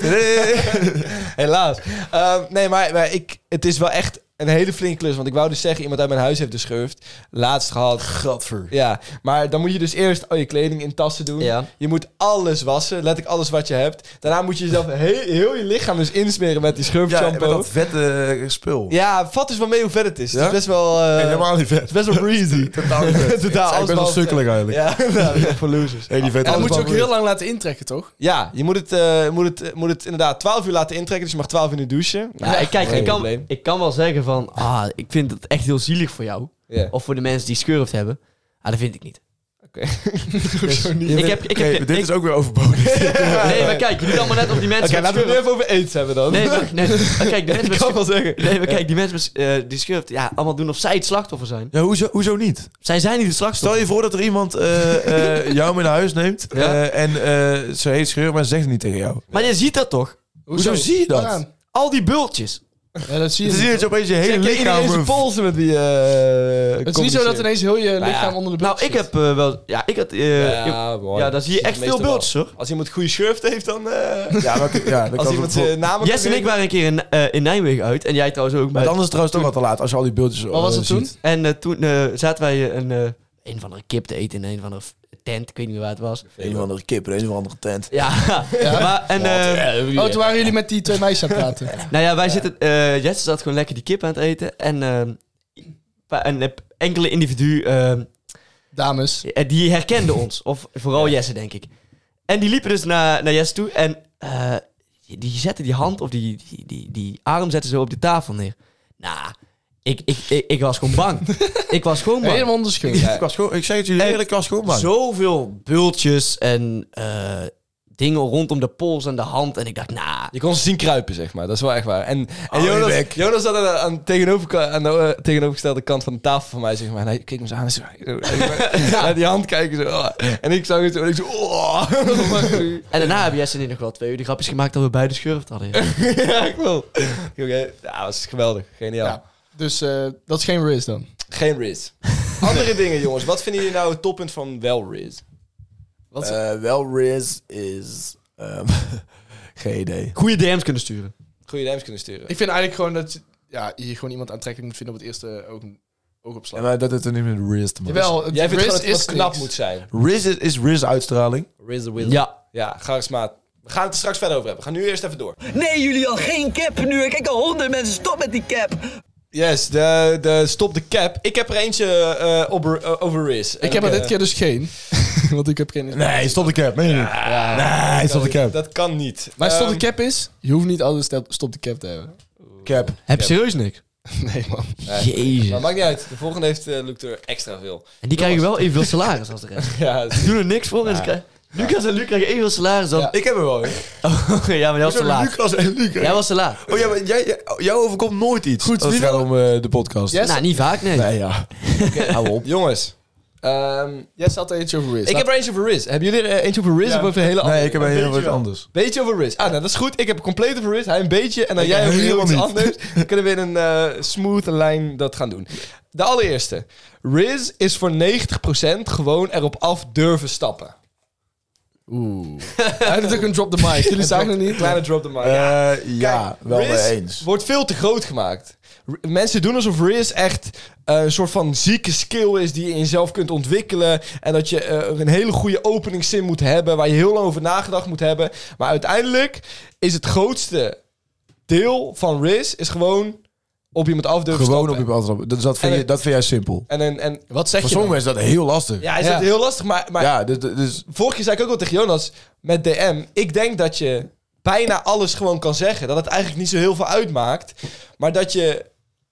C: dit.
B: [laughs] Helaas. Ehm, nee, maar, maar ik, het is wel echt een hele flinke klus. Want ik wou dus zeggen, iemand uit mijn huis heeft de schurft. Laatst gehad.
C: Gadver.
B: Ja, maar dan moet je dus eerst al je kleding in tassen doen.
D: Ja.
B: Je moet alles wassen. Let ik alles wat je hebt. Daarna moet
C: [laughs]
B: je jezelf heel, heel je lichaam dus insmeren met die
C: Ja, met
B: schurftshampoo. Ja,
C: dat vette eh, spul.
B: vat dus wel mee hoe vet het is.
C: Ja?
B: Het is best wel... eh,
C: Nee, helemaal niet
B: [laughs] het
C: vet. [laughs]
B: is best wel breezy.
C: Totaal niet vet. Het is
B: Totaal,
C: echt
B: alles
C: best wel
B: wel-
C: sukkelig eigenlijk.
B: Ja, [laughs] nou, dat is voor losers.
C: Nee, die vet
E: En dan
C: alles
E: moet je ook
C: wel
E: heel lang laten intrekken, toch?
B: Ja, je moet het, eh, moet, het, moet het inderdaad 12 uur laten intrekken. Dus je mag 12 uur douchen.
D: Ja, ik- kijk,
B: Geen
D: ik kan,
B: probleem.
D: ik kan wel zeggen van, ah, ik vind het echt heel zielig voor jou.
B: Ja.
D: Of voor de mensen die schurft hebben. Ah, dat vind ik niet.
B: [laughs]
D: Dus
C: goed.
D: Ik heb- ik heb-
C: Oké, Dit
D: ik-
C: is ook weer overbodig.
D: Nee, maar kijk, je doet allemaal net of die mensen
B: Oké,
D: met
B: laten we het nu
D: schurft-
B: even over aids hebben [laughs] dan.
D: Nee, maar, nee, maar kijk, die
B: [laughs]
D: mensen met
B: ik kan wel
D: schurft...
B: zeggen.
D: Nee, maar kijk, die mensen met, eh, die schurft, ja, allemaal doen of zij het slachtoffer zijn.
C: Ja, hoezo, hoezo niet?
D: Zij zijn niet het
C: Stel
D: slachtoffer.
C: je voor dat er iemand eh, eh, jou mee naar huis neemt
D: Ja.
C: eh, en eh, ze heet scheur, maar ze zegt het niet tegen jou.
D: Maar je ziet dat toch?
C: Hoezo zie je dat?
E: Waaraan?
D: Al die bultjes.
E: Ja, dat zie
C: Het
E: je
C: is
E: niet.
C: niet dat je opeens je hele
B: Check je
C: lichaam...
B: iedereen zijn polsen met die eh
E: Het is niet zo dat
B: communiceert?
E: ineens heel je
B: Nou ja.
E: lichaam onder de bult
D: Nou, ik heb eh, wel... Ja, ik had... eh, ja,
B: ja, mooi.
D: ja, dan zie je
B: Dat
D: echt
B: is
D: veel
B: meestal
D: bultjes, hoor.
B: wel. Als iemand goede schurft heeft, dan...
D: [laughs]
B: eh,
C: Ja, maar, ja, dat
B: als
C: kan
B: iemand eh,
C: wel-
B: zijn naam...
D: Jess en ik waren een keer in, eh, in Nijmegen uit. En jij trouwens ook.
C: Maar
D: Maar
C: dan is het trouwens toch wel te laat als je al die beeldjes
E: Wat was het toen?
D: En eh, toen eh, zaten wij een, eh, een van de kip te eten in een van de tent. Ik weet niet meer waar het was.
C: Een of andere kip in een of andere tent.
D: [laughs] Ja, maar, en, eh,
E: Oh, toen waren jullie met die twee meisjes aan het [laughs] praten.
D: nou ja, wij zitten, eh Jesse zat gewoon lekker die kip aan het eten. En eh, pa- een eh, enkele individu, eh,
E: Dames.
D: die herkende ons. Of vooral Jesse, denk ik. En die liepen dus naar, naar Jesse toe. En eh, die- die zette die hand of die, die, die, die arm zette zo op de tafel neer. Nou, ik, ik, ik, ik was gewoon bang. ik was gewoon bang.
E: Helemaal onder de schurft.
C: Ik, was gewoon, ik zeg het jullie
D: Echt?
C: eerlijk, ik was gewoon bang.
D: Zoveel bultjes en eh, dingen rondom de pols en de hand. En ik dacht, nou...
B: Je kon ze zien kruipen, zeg maar. Dat is wel echt waar. En, en
C: Oh,
B: Jonas,
C: leuk.
B: Jonas zat aan de, aan de tegenover, aan de eh, tegenovergestelde kant van de tafel van mij, zeg maar. En hij keek me zo [laughs] aan en zo... Naar die hand kijken, zo. oh. En ik zag het zo en ik zo... [laughs] Oh.
D: En daarna hebben Jesse en ik nog wel twee uur die grapjes gemaakt dat we beide schurft hadden. ja.
B: ja, ik wil. Oké, ja, dat was geweldig. Geniaal.
E: Ja. Dus eh, dat is geen risk dan.
B: Geen Riz. Andere dingen, jongens. Wat vinden jullie nou het toppunt van wel Riz?
D: Wat?
C: Eh, wel, Riz is... ehm, [laughs] geen idee.
D: Goede DM's kunnen sturen.
B: Goede DM's kunnen sturen.
E: Ik vind eigenlijk gewoon dat ja, je gewoon iemand aantrekkelijk moet vinden op het eerste oog,
C: Ja,
E: oogopslag.
C: maar dat het er niet met Riz te maken heeft.
E: Jawel, het
B: Jij vindt
E: risk
B: gewoon dat het
E: is
B: wat knap
E: niks.
B: moet zijn.
C: Riz is, is Riz uitstraling.
B: Riz
D: Ja.
B: Ja, charismaat. We gaan het er straks verder over hebben. We gaan nu eerst even door.
G: Nee, jullie al geen cap nu. Ik kijk al honderd mensen. Stop met die cap.
B: Yes, de, de stop de cap. Ik heb er eentje eh, op, eh, over Riz.
E: Ik heb er dit keer dus geen. [laughs] Want ik heb geen...
C: Nee, stop de cap. Meen je niet? nee, stop de cap.
B: eh, Dat kan niet.
E: Maar stop de
B: Ehm,
E: cap is, je hoeft niet altijd stel- stop de cap te hebben.
C: cap.
D: Heb je serieus niks?
E: [laughs] Nee man.
B: Maar
D: Jezus.
B: maakt niet uit. De volgende heeft eh Luke er extra veel.
D: En die krijgen wel evenveel salaris als de rest.
B: Ja, [laughs]
D: Die doen er niks voor. En ze krijgen- Lucas en Luc krijgen evenveel salaris dan...
B: ik heb er wel.
D: Oh, [laughs] ja, maar jij was te laat.
C: Lucas en Lucas.
D: Jij was te laat.
C: Oh ja, maar jij, jij- jou overkomt nooit iets. Goed, als het gaat om eh, de podcast.
E: Yes.
D: Nou, niet vaak, nee.
C: Nee, ja. Hou op.
B: Jongens. ehm,
E: Jij zat er eentje over risk.
B: ik heb er eentje over Riz. Hebben jullie er eh, eentje over Riz of over een hele andere?
C: Nee, ik heb een heel wat anders.
B: Beetje over Riz. Ah, nou, dat is goed. Ik heb compleet over Riz. Hij een beetje. En dan
C: Ik
B: jij over heel
C: helemaal
B: iets
C: niet. [laughs]
B: anders. Dan kunnen we in een eh, smooth lijn dat gaan doen. De allereerste. Riz is voor 90% gewoon erop af durven stappen.
E: Hij heeft ook een drop the mic. [laughs] Jullie zagen het niet?
B: Kleine drop the mic.
C: Eh, ja,
B: Kijk,
C: wel
B: Riz
C: mee eens.
B: wordt veel te groot gemaakt. R- mensen doen alsof Riz echt eh, een soort van zieke skill is die je in jezelf kunt ontwikkelen. En dat je eh, een hele goede openingszin moet hebben, waar je heel lang over nagedacht moet hebben. Maar uiteindelijk is het grootste deel van Riz is gewoon op iemand af durven
C: Gewoon op
B: stappen.
C: je beantwoord. Dat, dat, vind
B: En-
C: je, dat vind jij simpel.
B: En, en, en
E: Wat zeg
C: Voor sommige mensen is dat heel lastig.
B: ja, is het heel lastig, maar, maar
C: Ja, dus, dus
B: vorige keer zei ik ook al tegen Jonas met DM. Ik denk dat je bijna alles gewoon kan zeggen. Dat het eigenlijk niet zo heel veel uitmaakt. Maar dat je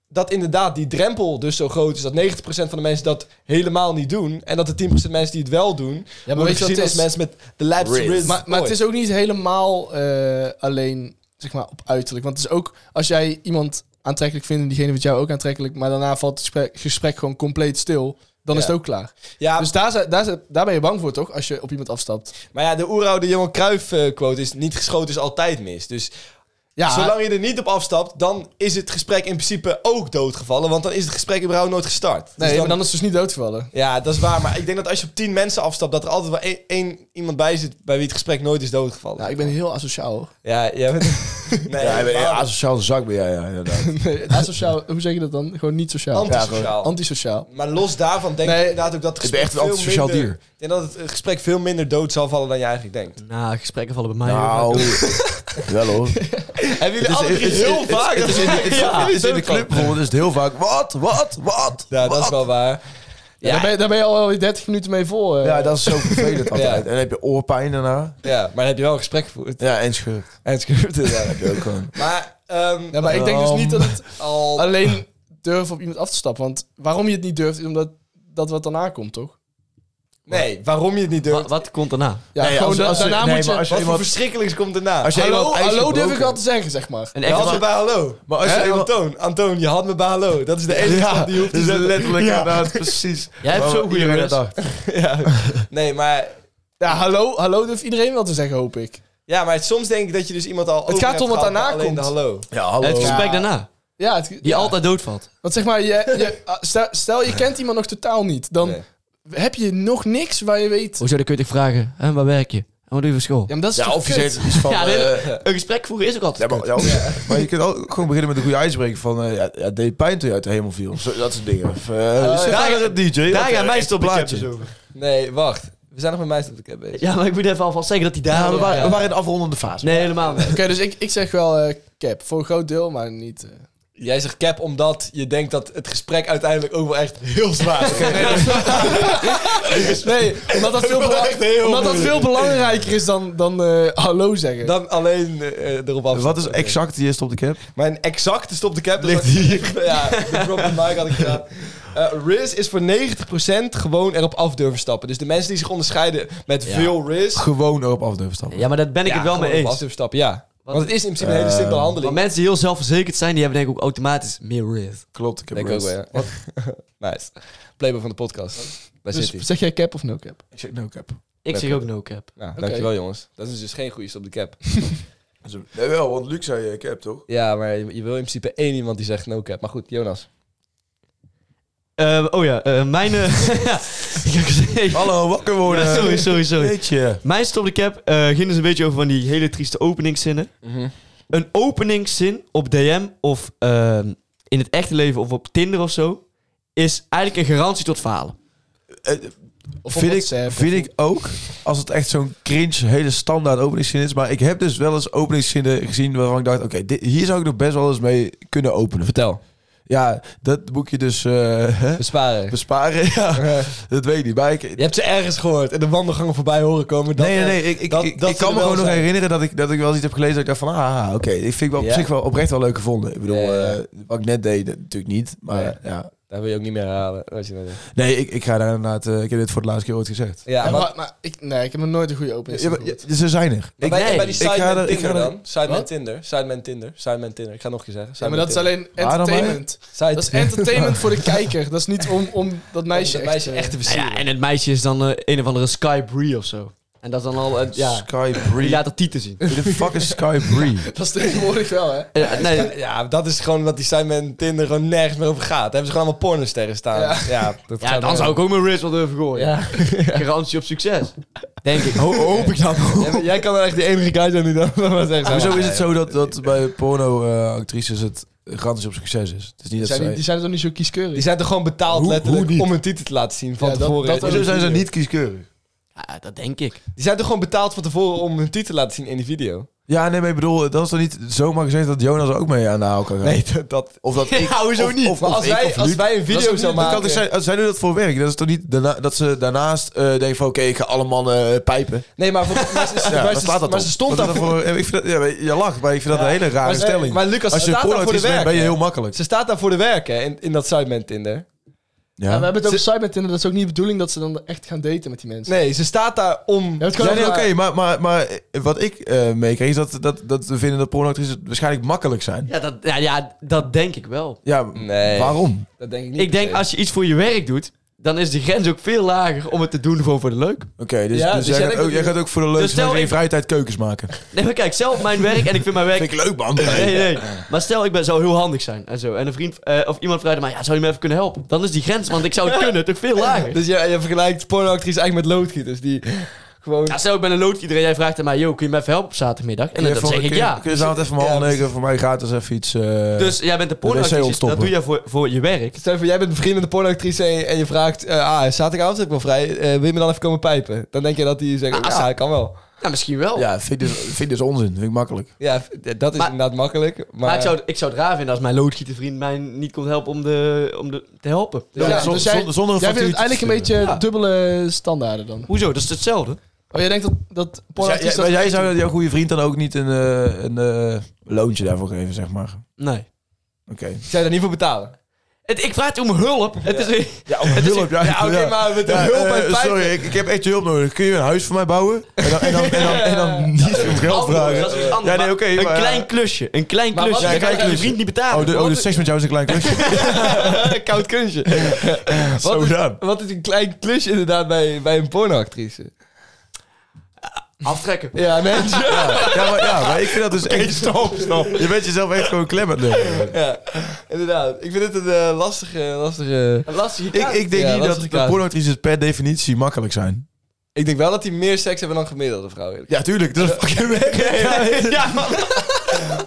B: dat inderdaad die drempel dus zo groot is dat 90% van de mensen dat helemaal niet doen. En dat de 10% mensen die het wel doen, ja, maar worden
E: weet je wat het
B: gezien als
E: is?
B: mensen met de lijpste
C: Riz.
B: riz.
E: Maar, maar het is ook niet helemaal eh, alleen zeg maar, op uiterlijk. Want het is ook als jij iemand aantrekkelijk vindt en diegene vindt jou ook aantrekkelijk, maar daarna valt het gesprek, gesprek gewoon compleet stil, dan is
B: Ja.
E: het ook klaar.
B: ja,
E: Dus daar, zijn- daar, zijn- daar ben je bang voor toch, als je op iemand afstapt?
B: maar ja, de oeroude Johan Cruijff eh, quote is niet geschoten is altijd mis. Dus
E: Ja,
B: zolang je er niet op afstapt, dan is het gesprek in principe ook doodgevallen. Want dan is het gesprek überhaupt nooit gestart. Dus
E: nee, maar dan is het dus niet doodgevallen.
B: Ja, dat is waar. Maar ik denk dat als je op tien mensen afstapt, dat er altijd wel één, één iemand bij zit bij wie het gesprek nooit is doodgevallen.
E: Nou, ik ben heel asociaal. hoor.
B: Ja, jij bent...
C: [laughs]
B: Nee,
C: ja,
B: maar-
C: asociaal zak ben jij, [laughs] ja, inderdaad.
E: Nee, Eh, asociaal, hoe zeg je dat dan? Gewoon niet sociaal.
B: Antisociaal.
E: Antisociaal.
B: maar los daarvan denk ik
E: Nee,
B: inderdaad ook dat het
C: ik
B: gesprek
C: ben echt een
B: veel
C: antisociaal
B: minder-
C: dier.
B: Ik denk dat het gesprek veel minder dood zal vallen dan je eigenlijk
C: [laughs]
B: denkt.
D: Nou, gesprekken vallen bij mij
C: Nou, [laughs] wel hoor.
B: Hebben
C: Het
B: jullie alle
C: is-
B: drie
C: het is-
B: heel
C: het is-
B: vaak...
C: het is in de- het is-
B: [laughs] Ja,
C: het is in de club bijvoorbeeld is het heel vaak, wat, wat, wat?
B: Ja, dat is wel waar.
E: Ja, daar, ben je, daar ben je al wel 30 minuten mee vol. eh.
C: Ja, dat is zo vervelend altijd.
B: Ja.
C: En dan heb je oorpijn daarna.
B: Ja, maar dan heb je wel een gesprek
C: [laughs]
B: gevoerd.
C: Ja, en schurft.
B: En het gebeurt
C: Ja, dat
B: inderdaad.
C: heb je ook gewoon.
B: Maar, ehm
E: Ja, maar ik denk dus niet dat het
C: Ehm.
B: al...
E: alleen durven op iemand af te stappen. Want waarom je het niet durft, is omdat dat wat daarna komt, toch?
B: Nee, waarom je het niet
D: Wat,
B: durft.
D: wat komt daarna?
E: Ja,
C: Nee,
E: gewoon
C: als-
E: da-
C: als je-
E: daarna
C: nee,
E: moet je...
C: maar als je
B: Wat voor
C: iemand-
B: verschrikkelijks komt erna?
C: Als je
E: hallo,
C: iemand ijs
E: hallo durf
C: gebroken-
E: ik wel te zeggen, zeg maar.
D: Een
B: Je
D: echte
B: had me
D: wa-
B: bij hallo.
C: Maar als je
B: Hè?
C: iemand-
B: Antoon, Antoon, je had me bij hallo. Dat is de enige stap die je hoeft te
C: dus
D: [laughs]
B: zetten.
C: letterlijk
B: Ja.
C: inderdaad, precies.
D: Jij hebt
C: Waar
D: zo'n goede
C: iedereen
D: rust.
C: aan dacht.
B: Nee, maar,
E: Ja, hallo, hallo durft iedereen wel te zeggen, hoop ik.
B: ja, maar soms denk ik dat je dus iemand al over
E: gaat
B: hebt
E: om wat
B: gehad, maar
E: daarna
B: alleen de
E: komt.
B: hallo.
C: Ja, hallo.
D: Het gesprek
E: Ja.
D: daarna.
E: Ja, het-
D: Die
E: ja.
D: altijd doodvalt.
E: Want zeg maar, je,
C: [laughs]
E: je, ah, stel, stel je kent iemand nog totaal niet. Dan
B: Nee.
E: heb je nog niks waar je weet...
D: Hoezo, dan kun je toch vragen. En waar werk je? En wat doe je voor school?
E: Ja, maar dat is
C: Oh, Ja,
E: toch
C: of je
E: kut?
C: zegt iets van...
D: Ja, nee,
C: eh,
D: Een gesprek voeren is ook
C: ja,
D: altijd
C: maar, ja, of- maar je kunt ook gewoon beginnen met een goede ijsbreker van... eh, ja, ja, het deed pijn toen je uit de hemel viel. Zo, dat soort dingen. Of, eh, zeg
D: daar-
C: maar een DJ.
D: daar
C: of,
D: gaan
C: eh,
D: wij
C: echt
D: stoppen,
C: een
D: ik heb
C: plaatje.
D: dus
B: Nee, wacht. We zijn nog met mij op de cap bezig.
D: Ja, maar ik moet even alvast zeggen dat die daar...
C: Ja, we,
D: Ja.
C: waren, we waren in de afrondende fase.
D: Nee, helemaal niet.
E: Oké, dus ik, ik zeg wel eh, cap. Voor een groot deel, maar niet... eh.
B: Jij zegt cap omdat je denkt dat het gesprek uiteindelijk ook wel echt heel zwaar
E: [laughs]
B: is. [laughs]
E: Nee, omdat dat veel, bela- omdat dat veel belangrijker is dan, dan eh, hallo zeggen.
B: Dan alleen eh, erop af.
C: Wat is exact die stop de cap?
B: Mijn exacte stop de cap dat was- ja, de drop the mic had ik
D: [laughs]
B: gedaan. Eh, Riz is voor 90% gewoon erop af durven stappen. Dus de mensen die zich onderscheiden met veel Riz...
C: Gewoon erop af durven stappen.
D: Ja, maar dat ben ik het wel mee
B: gewoon erop
D: eens. Eh,
B: af durven stappen, ja. Want het is in principe een hele simpele handeling.
D: Maar mensen die heel zelfverzekerd zijn, die hebben denk ik ook automatisch meer risk.
C: Klopt, ik heb
B: Denk ik ook
C: rest.
B: wel, ja. Wat? [laughs] nice. Playboy van de podcast. Daar
E: Dus
B: zit hij.
E: zeg jij cap of no cap?
C: Ik zeg no cap.
D: Ik zeg ook no cap.
B: Nou, dankjewel jongens. Dat is dus geen goede stop de cap.
C: Nee, wel, want Luc zei eh, cap, toch?
B: Ja, maar je, je wil in principe één iemand die zegt no cap. Maar goed, Jonas.
D: Eh, oh ja, eh, mijn... eh, [laughs] ja, ik heb gezegd-
C: Hallo, wakker worden.
D: Ja, sorry, sorry, sorry.
C: Weet je.
D: Mijn stop de cap eh, ging dus een beetje over van die hele trieste openingszinnen. Een openingszin op DM of ehm, in het echte leven of op Tinder of zo... is eigenlijk een garantie tot falen.
E: Of
C: Vind ik, vind ik ook, als het echt zo'n cringe, hele standaard openingszin is. Maar ik heb dus wel eens openingszinnen gezien waarvan ik dacht... Oké, dit- hier zou ik nog best wel eens mee kunnen openen.
B: Vertel.
C: Ja, dat moet je dus eh, hè,
B: Besparen.
C: besparen. [laughs] Ja,
B: Eh,
C: dat weet ik niet. Maar ik,
B: je hebt ze ergens gehoord en de wandelgangen voorbij horen komen. Dat,
C: nee, nee,
B: eh,
C: nee. Ik, ik,
B: dat-
C: ik,
B: dat
C: ik kan
B: ze
C: me
B: er wel
C: gewoon nog
B: zijn.
C: herinneren dat ik, dat ik wel eens iets heb gelezen. Dat ik dacht van, ah, oké. Ik vind ik wel op
B: Ja.
C: zich wel oprecht wel leuk gevonden. Ik bedoel,
B: Ja, ja.
C: eh, wat ik net deed, dat natuurlijk niet. Maar
B: Nee.
C: ja.
B: Dat wil je ook niet meer herhalen. Als je dat doet.
C: Nee, ik, ik ga daar inderdaad... eh, ik heb dit voor de laatste keer ooit gezegd.
B: Ja,
E: maar,
B: maar,
E: maar, ik, nee, ik heb nog nooit een goede opening.
C: Ja, maar- ja, ze zijn er.
B: maar bij,
D: nee,
B: bij die
C: ik
B: Sideman
C: ga er- ik
B: Tinder
C: ga er-
B: dan. Sideman
E: Wat?
B: Tinder. Sideman Tinder. Sideman Tinder. Ik ga het nog een keer zeggen.
E: Ja,
B: Sideman
E: maar dat is
B: Tinder.
E: alleen
C: Waarom
E: entertainment.
B: Side-
E: Dat is entertainment voor de kijker. Dat is niet om, om dat meisje,
B: dat meisje
E: eh,
B: echt te
D: Nou
B: versieren.
D: ja, en het meisje is dan eh, een of andere Sky Bree of zo. En dat is dan al... eh, ja,
C: Sky
D: die
C: Bree.
D: laat dat titel zien.
C: Who the fuck is Sky Bree?
E: Dat is tegenwoordig wel, hè?
D: Eh, nee,
B: Ja, dat is gewoon dat die Simon Tinder gewoon nergens meer over gaat. Daar hebben ze gewoon allemaal pornosterren staan. Ja, dat
D: Ja, dan zou ik ook mijn wrist wel durven gooien.
B: Ja.
D: Garantie op succes. Denk ik.
C: hoop ik dan.
B: Ja, maar Jij kan dan echt de enige guy zijn die dat dat maar zegt.
C: Hoezo is het zo dat, dat bij porno-actrices het gratis op succes is? Het is niet
E: Die
C: dat
E: zijn,
C: zij...
E: die zijn toch niet zo kieskeurig?
B: Die zijn toch gewoon betaald
C: Hoe-
B: letterlijk
C: hoe niet?
B: om hun titel te laten zien van
E: Ja, dat-
B: tevoren.
E: dat-
C: Hoezo zijn ze niet kieskeurig?
D: Ja, dat denk ik.
B: Die zijn toch gewoon betaald van tevoren om hun titel te laten zien in die video?
C: Ja, nee, maar ik bedoel, dat is dan niet zomaar gezegd dat Jonas er ook mee aan de haal kan gaan?
B: Nee, dat... dat
C: Of
B: [laughs]
C: dat ik...
D: hoezo
C: of- Of,
B: maar
C: of
B: als,
C: ik,
B: wij,
C: of
B: als
C: Luc.
B: wij een
C: Dat is
B: video
C: toch
B: zouden
C: niet- dat kan
B: maken...
C: toch zijn, als zij doen dat voor werk, dat is toch niet daarna, dat ze daarnaast eh, denken van oké, ik ga alle mannen eh, pijpen.
B: Nee, [laughs] maar, voor, maar, ze,
C: Ja,
B: maar,
C: waar
B: ze,
C: staat dat
B: maar
C: op?
B: ze stond
C: Wat
B: daar
C: is dat voor- ja, ik vind dat, ja, maar je lacht, maar ik vind dat een hele rare
B: maar, ze-
C: stelling.
B: Maar Lucas, ze
C: als je
B: staat daar voor de
C: porno-actrice bent,
B: werk.
C: ben je heel makkelijk.
B: Ze staat daar voor de werk, hè, in, in dat segment Tinder.
E: Ja, we
C: Ja.
E: hebben het over Cybernet en eh, dat is ook niet de bedoeling dat ze dan echt gaan daten met die mensen.
B: Nee, ze staat daar om...
E: Ja, het kan
C: Ja,
E: ook-
C: nee, oké, maar, maar, maar eh, wat ik eh meekreeg is dat, dat, dat we vinden dat pornoactrices waarschijnlijk makkelijk zijn.
D: Ja, dat, ja, ja, dat denk ik wel.
C: Ja,
B: Nee.
C: waarom?
B: Dat denk ik niet.
D: Ik
B: per
D: denk
B: se.
D: als je iets voor je werk doet, dan is de grens ook veel lager om het te doen gewoon voor de leuk.
C: Oké, dus,
B: Ja,
C: dus
B: dus jij
C: jij, gaat
B: denkt
C: ook,
B: dat
C: jij
B: je-
C: gaat ook voor de leukste
D: Dus stel
C: mensen in je
D: ik-
C: vrije tijd keukens maken.
D: Nee, maar kijk, zelf mijn werk en ik vind mijn werk...
C: [laughs] Vind ik leuk, man. Nee.
D: Nee, nee. Maar stel, ik ben, zou heel handig zijn en zo. En een vriend eh, of iemand vraagt mij, ja, zou je me even kunnen helpen? Dan is die grens, want ik zou het kunnen, toch veel
B: [laughs]
D: lager.
B: Dus je, je vergelijkt pornoactrice eigenlijk met loodgieters die gewoon...
D: Ja, stel, ik ben een loodgieter en jij vraagt aan mij, yo, kun je me even helpen op zaterdagmiddag? En dan,
C: Kun je
D: zeg
C: voor-
D: ik
C: kun je-
D: ja.
C: Kun je avond even om half
B: Ja,
C: negen voor mij gratis even iets... eh,
D: Dus jij bent een
C: wc
D: pornoactrice,
C: ontstoppen.
D: dat doe je voor, voor je werk.
B: Stel je voor, jij bent bevriend met een pornoactrice en, en je vraagt... eh, ah, zaterdagavond heb ik wel vrij. eh, wil je me dan even komen pijpen? Dan denk je dat die zegt,
D: Ah, als-
B: ja, ik kan wel.
D: Nou, misschien wel.
C: Ja, vind ik dus, vind ik dus onzin. Vind ik makkelijk.
B: Ja, v- dat is
D: Maar-
B: inderdaad makkelijk. Maar,
D: Maar, ik, zou, ik zou het raar vinden als mijn loodgietervriend mij niet kon helpen om, de, om de, te helpen.
E: Ja,
C: Ja,
E: dus
C: zonder-
E: jij,
C: zonder- zonder een
E: jij vindt het
C: factuurtje
E: eigenlijk een
C: te
E: beetje
C: sturen.
D: Ja.
E: dubbele standaarden dan.
D: Hoezo? Dat is hetzelfde.
E: Oh, jij denkt dat, dat
C: Dus jij,
E: pornoactrices
C: jij-
E: dat
C: jij
E: echt
C: zou
E: doen?
C: jouw goede vriend dan ook niet een, eh, een eh, loontje daarvoor geven, zeg maar.
D: Nee.
C: Oké.
B: zou je daar niet voor betalen?
D: Het, ik vraag het om hulp. [laughs] Het is weer...
C: Ja, hulp. Ja, eh,
B: Ja, oké, maar met de hulp en pijpen...
C: Sorry, ik, ik heb echt je hulp nodig. Kun je een huis voor mij bouwen? En dan, en dan, en dan, en dan niet veel geld
D: Anders,
C: vragen.
D: dat is iets
C: Ja,
D: anders.
C: nee,
D: Maar
C: oké.
D: een
C: maar- eh,
D: klein klusje. Een klein
B: Maar wat-
D: klusje.
B: Ja,
D: Dan
B: kijk,
D: kan je je
B: klusje.
D: vriend niet betalen. [laughs]
C: Oh, de, [laughs] oh, dus seks met jou is een klein klusje.
B: Koud kunstje.
C: Zo
B: is-
C: gedaan.
B: Wat is een klein klusje inderdaad bij, bij een pornoactrice?
D: Aftrekken.
B: Ja, nee. [laughs]
C: Ja, maar, ja, maar ik vind dat dus echt...
B: stop, stop.
C: Je bent jezelf echt gewoon klem aan het nemen.
B: Ja, inderdaad. Ik vind het een eh, lastige... lastige...
D: Een lastige
C: Ik,
D: kaart.
C: ik denk
B: Ja,
C: niet
B: lastig
C: dat, dat
B: kaas.
C: pornoactrices per definitie makkelijk zijn.
B: Ik denk wel dat die meer seks hebben dan gemiddelde vrouwen.
C: Ja, tuurlijk. Dat is fucking [laughs] weg.
D: [laughs] Ja, man.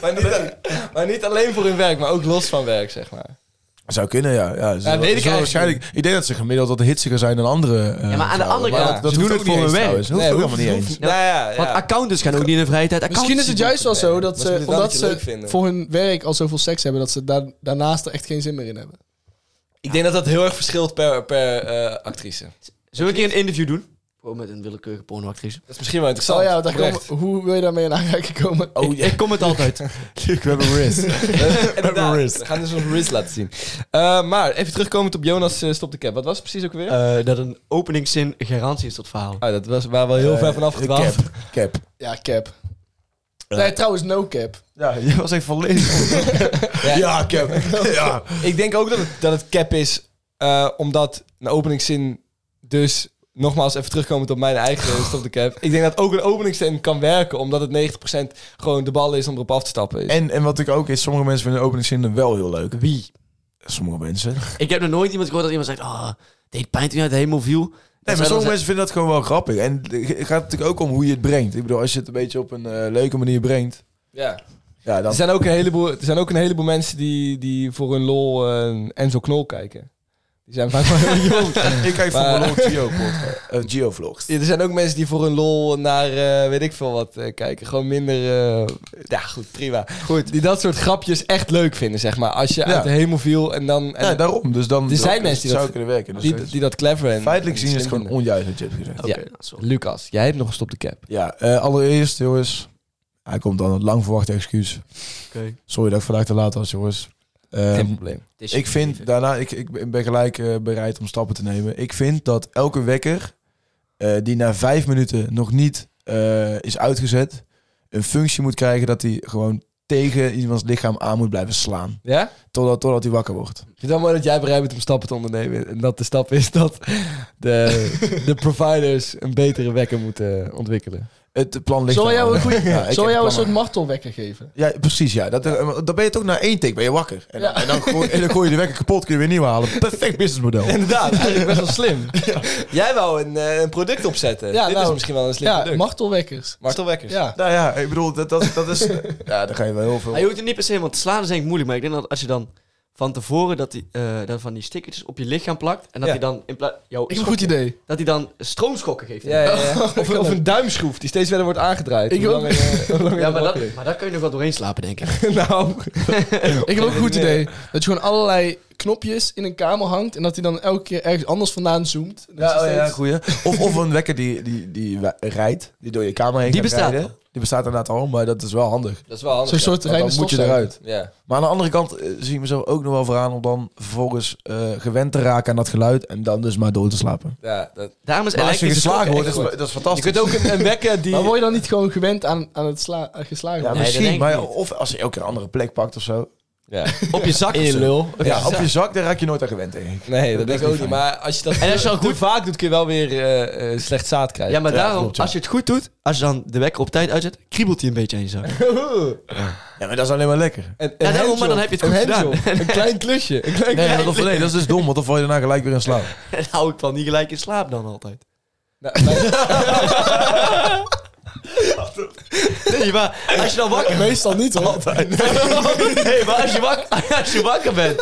B: Maar niet, al- [laughs] maar niet alleen voor hun werk, maar ook los van werk, zeg maar.
C: Zou kunnen, ja. ja, ze zullen-
B: weet ik
C: zullen
B: eigenlijk
C: waarschijnlijk. Ik denk dat ze gemiddeld wat hitsiger zijn dan andere. eh,
D: Ja, maar aan de andere
C: vrouwen.
D: kant,
C: dat
D: ze
C: hoeft
D: doen
C: ook
D: het voor
C: niet
D: hun
C: eens trouwens.
D: werk.
C: Dat hoeft ook helemaal niet eens.
B: Nou ja, ja.
D: Want accountants gaan ook niet in de vrije tijd.
E: Misschien is het juist wel zo dat
B: maar ze
E: ze,
B: moeten wel
E: omdat
B: dat je
E: ze
B: leuk vinden.
E: voor hun werk al zoveel seks hebben, dat ze daar, daarnaast er echt geen zin meer in hebben.
B: Ik denk dat dat heel erg verschilt per, per eh, actrice. Dat
D: Zullen we een keer een interview doen? Gewoon met een willekeurige pornoactrice.
B: is misschien wel interessant.
E: Oh ja, daar komen-
B: [laughs] Oprecht.
E: hoe wil je daarmee in aanraking komen?
D: Oh, ik, ik kom het
C: [laughs]
D: altijd.
C: Tuurlijk, we hebben Riz.
B: Eh, inderdaad.
C: wrist.
B: We gaan dus ons wrist laten zien. Eh, maar even terugkomend op Jonas eh, Stop de Cap. Wat was het precies ook weer?
D: Eh, dat een openingszin garantie is tot verhaal.
B: Ah, dat was, waren we wel heel ver vanaf gedwaald.
C: Eh,
B: [laughs]
C: Cap. Cap.
E: Ja, cap.
C: Eh,
E: Nee, trouwens, no cap.
C: Ja, [laughs] je was echt volledig.
B: Ja.
C: ja, Cap. Ja.
B: Ik denk ook dat het, dat het cap is, eh, omdat een openingszin dus nogmaals even terugkomend op mijn eigen [laughs] stop de cap. Ik denk dat ook een openingszin kan werken, omdat het 90% gewoon de bal is om erop af te stappen. Is.
C: En, en wat ik ook is, sommige mensen vinden openingszinnen wel heel leuk.
D: Wie?
C: Sommige mensen. Nee,
D: Ik heb nog nooit iemand gehoord dat iemand zegt... Oh, deed pijn toen je uit de hemel viel.
C: maar
D: Dat zij dan
C: sommige
D: ze-
C: mensen vinden dat gewoon wel grappig. En het gaat natuurlijk ook om hoe je het brengt. Ik bedoel, als je het een beetje op een eh, leuke manier brengt.
B: ja.
C: Ja, dan...
B: Er zijn ook een heleboel, er zijn ook een heleboel mensen die, die voor hun lol en Enzo Knol kijken. Die zijn vaak wel heel
C: [laughs]
B: jong.
C: [laughs] ik kijk voor
B: Maar-
C: mijn lol Gio, podcast- eh, Gio vlogs.
B: Ja, er zijn ook mensen die voor hun lol naar eh, weet ik veel wat eh, kijken. Gewoon minder. eh, ja, goed, prima. Goed. Die dat soort grapjes echt leuk vinden, zeg maar. Als je uit de hemel viel en dan. En
C: Ja, daarom. Dus dan
B: Er zijn
C: dan
B: mensen die
C: zou
B: dat-
C: kunnen werken. Dus dat
B: die,
C: is-
B: die dat clever en.
C: feitelijk
B: en
C: zien is het
B: slim
C: gewoon
B: vinden.
C: onjuist wat je hebt gezegd.
D: Oké,
B: Ja.
D: nou, sorry.
B: Lucas, jij hebt nog eens op de cap.
C: Ja, eh, allereerst jongens. Hij komt dan het lang verwachte excuus.
D: Oké.
C: Sorry dat ik vandaag te laat was jongens. Ehm,
B: Geen probleem.
D: Het is
C: ik vind
D: gebleven.
C: daarna, ik, ik ben gelijk eh, bereid om stappen te nemen. Ik vind dat elke wekker eh, die na vijf minuten nog niet eh, is uitgezet, een functie moet krijgen dat hij gewoon tegen iemands lichaam aan moet blijven slaan.
B: Ja?
C: Totdat, totdat hij wakker wordt.
B: Ik vind het wel mooi dat jij bereid bent om stappen te ondernemen. En dat de stap is dat
C: [laughs]
B: de, de providers een betere wekker moeten ontwikkelen.
C: Het plan ligt
E: Zal
C: aan.
E: jou een goeie-
C: [laughs] Ja, ik
E: Zou
C: heb
E: jou een
C: plannen.
E: soort martelwekker geven?
C: Ja, precies, ja. Dat, dan ben je toch na één tik ben je wakker. En, dan-
E: Ja.
C: en, dan, gooi, en dan gooi je de wekker kapot, kun je weer nieuw halen. Perfect
E: [laughs]
C: businessmodel.
B: [laughs] Inderdaad, eigenlijk best wel slim. Jij wou een, eh, een product opzetten.
E: Ja,
B: Dit is
E: nou,
B: misschien wel een slim
E: Ja,
B: product.
E: martelwekkers.
B: Martelwekkers.
E: Ja.
C: Nou ja, ik bedoel, dat, dat, dat is...
E: [laughs]
C: Ja, daar ga je wel heel
D: Ja, je
C: veel...
D: hoeft het niet per se, want te slaan is denk ik moeilijk. Maar ik denk dat als je dan van tevoren dat die, eh, dan van die stickertjes op je lichaam plakt... en dat
B: Ja.
D: hij dan in plaats... jouw
E: Ik heb een
D: schok-
E: goed idee.
D: Dat hij dan stroomschokken geeft.
B: Ja, ja, ja. [laughs] Of, of een duimschroef die steeds verder wordt aangedraaid.
E: Ik
B: Hoe
E: ook.
B: langer je- hoe langer
D: Ja,
B: je
D: maar, dat,
B: wakker
D: maar daar kun je nog wel doorheen slapen, denk ik.
B: is. nou,
E: Ik heb ook een goed
C: [laughs]
B: Nee.
E: idee. Dat je gewoon allerlei knopjes in een kamer hangt en dat hij dan elke keer ergens anders vandaan zoomt. Dat je
C: Ja, oh ja,
E: steeds-
C: goeie. Of, of een wekker die, die, die wa- rijdt, die door je kamer heen
D: Die
C: gaat
D: bestaat
C: rijden.
D: al.
C: Die bestaat inderdaad al, maar dat is wel handig.
B: dat is wel handig.
E: Zo'n soort
C: Want
E: reine
C: dan moet je
E: stofzuiger.
C: eruit.
B: Ja.
C: Maar aan de andere kant eh, zie ik mezelf ook nog wel voor aan om dan vervolgens eh, gewend te raken aan dat geluid en dan dus maar door te slapen.
B: Ja, dat,
D: Daarom is
C: Maar als je
D: elektrische
C: geslagen
D: schokken
C: wordt, is,
D: echt
C: dat is
B: je
C: fantastisch.
B: kunt ook een, een wekker die...
E: Maar word je dan niet gewoon gewend aan, aan het sla- aan geslagen
C: Ja,
E: worden?
D: Nee, dat
C: misschien,
D: denk ik
C: maar
D: niet.
C: of als je elke keer een andere plek pakt of zo.
B: [laughs] Ja.
D: goed. op je zak
B: In
D: of
B: je
D: zo.
B: lul.
C: Ja, op je zak, daar raak je nooit aan gewend, denk ik.
B: Nee, dat
C: Dat
B: denk
C: is
B: ik ook
C: niet
B: niet.
C: fijn.
B: Maar als je dat
D: En als je al
B: te
D: goed-
B: [laughs] vaak doet, kun je wel weer eh, eh, slecht zaad krijgen.
D: Ja, maar daarom,
C: klopt, ja.
D: als je het goed doet, als je dan de wekker op tijd uitzet, kriebelt hij een beetje aan je zak.
C: Ja, maar dat is alleen maar lekker.
B: En, een
D: Ja, daarom,
B: handjob,
D: maar dan heb je het
B: een
D: goed gedaan.
B: handjob, Een klein klusje. Een klein
D: [laughs]
C: Nee, maar dat, nee, dat is dus dom, want dan val je daarna gelijk weer in slaap.
D: En hou ik dan niet gelijk in slaap dan altijd.
B: Nou, mijn-
D: Nee, maar als je dan wakker bent...
E: Meestal niet hoor.
D: [laughs] Nee, maar als je, wak, als je wakker [laughs] bent...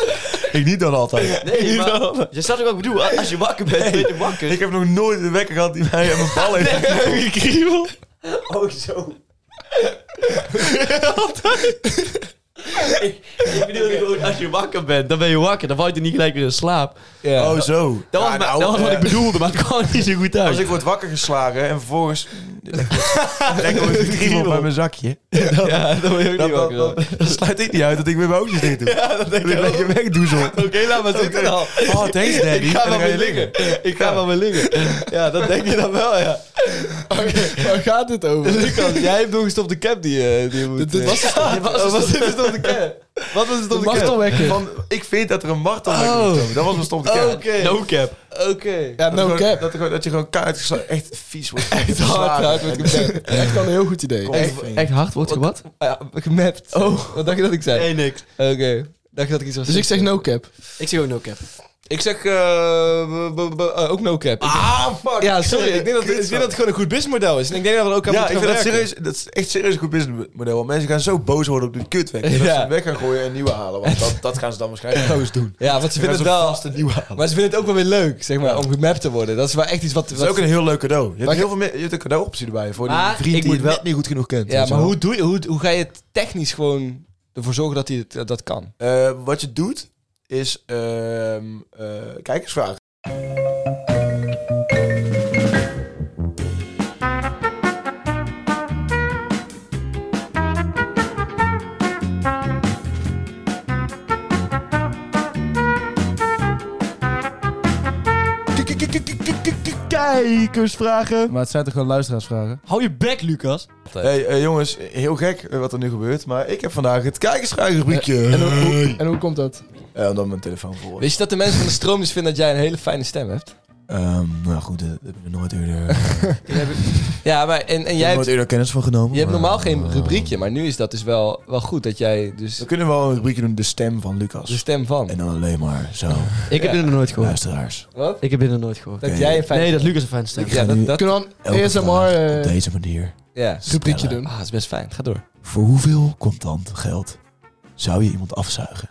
C: Ik niet dan altijd.
D: Nee, maar... Je snapt ook wat ik bedoel. Als je wakker bent, ben je wakker.
C: Ik heb nog nooit een wekker gehad die mij aan mijn bal heeft
D: [laughs]
C: getrokken.
D: Oh,
C: [laughs]
D: zo. ik, ik bedoel gewoon, als je wakker bent, dan ben je wakker. Dan val je er niet gelijk weer in
B: [laughs]
D: slaap.
B: ja.
C: Oh, zo.
D: Dat was,
C: Ja,
D: maar-
C: nou,
D: dat was wat
C: eh,
D: ik bedoelde, maar het kwam niet zo goed uit.
C: Als ik word wakker geslagen en vervolgens... [laughs] Lekker met de kriebel bij mijn zakje.
D: ja, dan ben je
C: Dan,
D: ook niet
C: dan,
D: wakker.
C: dan,
D: dan.
C: dan sluit ik niet uit dat ik weer mijn oogjes dicht doe. Ja, dat denk ik Een beetje wegdoezel.
D: Oké, laat maar zitten dan.
C: Oh,
B: [laughs]
C: thanks daddy.
D: Ik ga
C: En dan
D: wel
C: ga je
D: weer liggen. Ik ga wel weer liggen. Ja, dat denk je dan wel, ja.
E: Waar gaat dit over?
B: Lucas, jij hebt nog eens op de cap die, eh, die je moet...
E: Dit- dit
B: eh, [laughs]
E: was het.
B: Ja, wat was dit op de cap? Wat was het
E: De
B: op de cap?
E: martelwekker.
C: Van, ik vind dat er een martelwekker
B: Oh.
C: moet komen. Dat was mijn stom de
B: Oké.
C: kern.
D: No cap.
B: Oké.
E: Ja,
C: Dat,
E: no
C: gewoon-
E: cap.
C: dat, er gewoon- dat je gewoon kaart geslagen. Echt vies wordt. Echt
B: Hard uit met
C: [laughs]
B: gemapt. [laughs]
E: Echt wel een heel goed idee.
D: Echt hard wordt gebat?
B: Ah Ja, gemapt. Oh. Wat dacht je dat ik zei?
D: Nee, niks.
B: Oké. Dacht je dat ik iets was?
E: Dus ik zeg no cap.
D: Ik zeg ook no cap.
B: Ik zeg eh, b- b- b- eh, ook no cap.
C: Ah, fuck.
B: ja, sorry. Ik denk, dat, ik denk dat het gewoon een goed businessmodel is. En ik denk dat we er ook aan
C: Ja, ik
B: moeten
C: vind
B: gaan
C: dat
B: werken.
C: serieus. Dat is echt serieus een goed businessmodel. Want mensen gaan zo boos worden op de kutweg. Dat ze
B: Ja.
C: hem weg gaan gooien en een nieuwe halen. Want dat, dat gaan ze dan waarschijnlijk trouwens doen.
B: Ja, want ze
C: Ze
B: vinden
C: gaan
B: het
C: zo
B: wel...
C: vast een nieuwe halen.
B: Maar ze vinden het ook wel weer leuk, zeg maar, om gemapt te worden. Dat is wel echt iets wat...
C: dat is
B: wat-
C: ook een heel leuk cadeau. Je hebt,
E: Maar-
C: heel veel, meer- je hebt een cadeauoptie erbij voor
D: Maar
C: die vriend
D: ik
C: die
D: moet
C: je
D: wel-
C: net niet goed genoeg kent.
B: ja,
C: weet je
B: maar
C: wel.
B: hoe, doe je, hoe, hoe ga je het technisch gewoon ervoor zorgen dat hij het, dat kan?
C: Eh, wat je doet is ehm eh kijkersvragen. Kijkersvragen.
E: Maar het zijn toch gewoon luisteraarsvragen?
D: Hou je bek, Lucas.
C: Hey eh, jongens, heel gek eh, wat er nu gebeurt, maar ik heb vandaag het kijkersvragenrubriekje.
B: Eh,
E: En hoe, hoe- en hoe komt dat?
C: Eh, omdat mijn telefoon vol is.
B: Wist je dat de mensen van de stroomdienst vinden dat jij een hele fijne stem hebt?
C: Ehm, nou goed, eh, daar heb ik er nooit
B: [laughs]
C: eerder, ik heb
B: Ja, maar en, en
C: er
B: jij hebt,
C: nooit eerder kennis van genomen.
B: je hebt
C: maar,
B: normaal geen
C: eh,
B: rubriekje, maar nu is dat dus wel, wel goed dat jij dus
C: We kunnen wel een rubriekje doen, de stem van
B: de
C: Lucas.
B: stem
C: En
B: van.
C: dan alleen maar zo,
D: Ik heb dit nog nooit gehoord.
C: luisteraars.
B: Wat?
D: Ik heb dit nog nooit gehoord.
B: Dat jij een fijn.
D: Nee, dat Lucas een fan stemt.
B: Ja, dat, dat,
E: Kunnen we een
C: Elke
E: ASMR
C: vraag op
E: eh
C: deze manier.
B: ja.
E: rubriekje
C: stellen.
E: doen?
B: Ah, dat is best fijn. Ga door.
C: Voor hoeveel contant geld zou je iemand
B: [laughs]
C: afzuigen?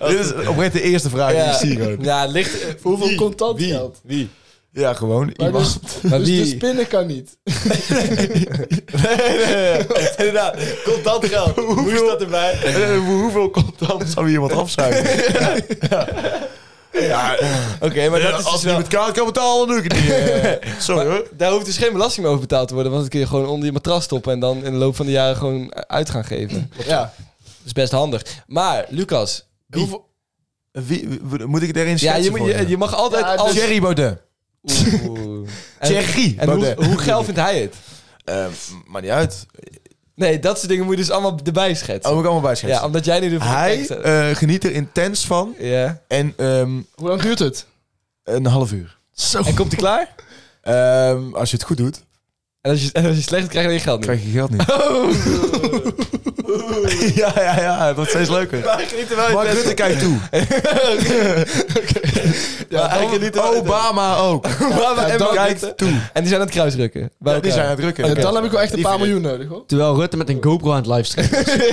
C: Dit is oprecht de eerste vraag
B: Ja.
C: die ik zie. Ah, gewoon.
B: [laughs] Ja, het ligt... eh,
E: Hoeveel
B: wie?
E: contant
B: Wie?
E: geld?
B: Wie?
C: Ja, gewoon
E: Maar
C: iemand.
B: Maar
E: Dus
B: wie?
E: de spinnen kan
B: [laughs]
E: niet.
B: Nee, nee, nee. [laughs] Inderdaad. Contant
D: [laughs]
B: geld. Hoe is dat erbij?
C: Eh, voor hoeveel contant zou je iemand afzuigen? [laughs] ja.
B: Oké, maar dat
C: als
B: is dus
C: je niet
B: wel...
C: met kaart kan betalen, dan doe ik het niet. eh. [laughs] Sorry hoor.
B: Daar hoeft dus geen belasting meer over betaald te worden, want dat kun je gewoon onder je matras stoppen en dan in de loop van de jaren gewoon uit gaan geven.
E: Ja.
B: Dat is best handig. Maar, Lucas, wie-
E: Hoeveel-
C: Wie, wie- moet ik daarin
B: ja,
C: schetsen
B: je, moet-
C: voor
B: je, je mag altijd
E: Ja,
B: als...
C: Thierry Baudet.
B: Oeh. [laughs] En,
C: Thierry
B: en hoe, hoe geil vindt hij het?
C: maar Eh, niet uit.
B: Nee, dat soort dingen moet je dus allemaal erbij schetsen.
C: Oh, ik allemaal bijschetsen.
B: ja, omdat jij nu de
C: Hij
B: tekst-
C: eh, geniet er intens van.
B: Ja.
C: En ehm,
E: Hoe lang duurt het?
C: een half uur.
B: En komt hij klaar?
C: Ehm, als je het goed doet,
B: En als je, en als je slecht doet, krijg je je geld niet.
C: krijg je geld [laughs] niet. ja, ja, ja. Het wordt steeds leuker. Mark Rutte kijkt toe.
B: Ja, eigenlijk
C: Oh,
B: niet.
C: Obama ook. [laughs]
B: Obama en Mark Rutte.
C: kijkt toe.
B: En die zijn aan het kruisrukken.
C: oh,
B: Bij
C: Ja, die
B: elkaar.
C: zijn aan het drukken.
E: Ja, dan heb ik wel echt een
C: Die
E: paar
C: vind
E: miljoen nodig hoor.
D: Terwijl Rutte met een GoPro aan het livestreamen.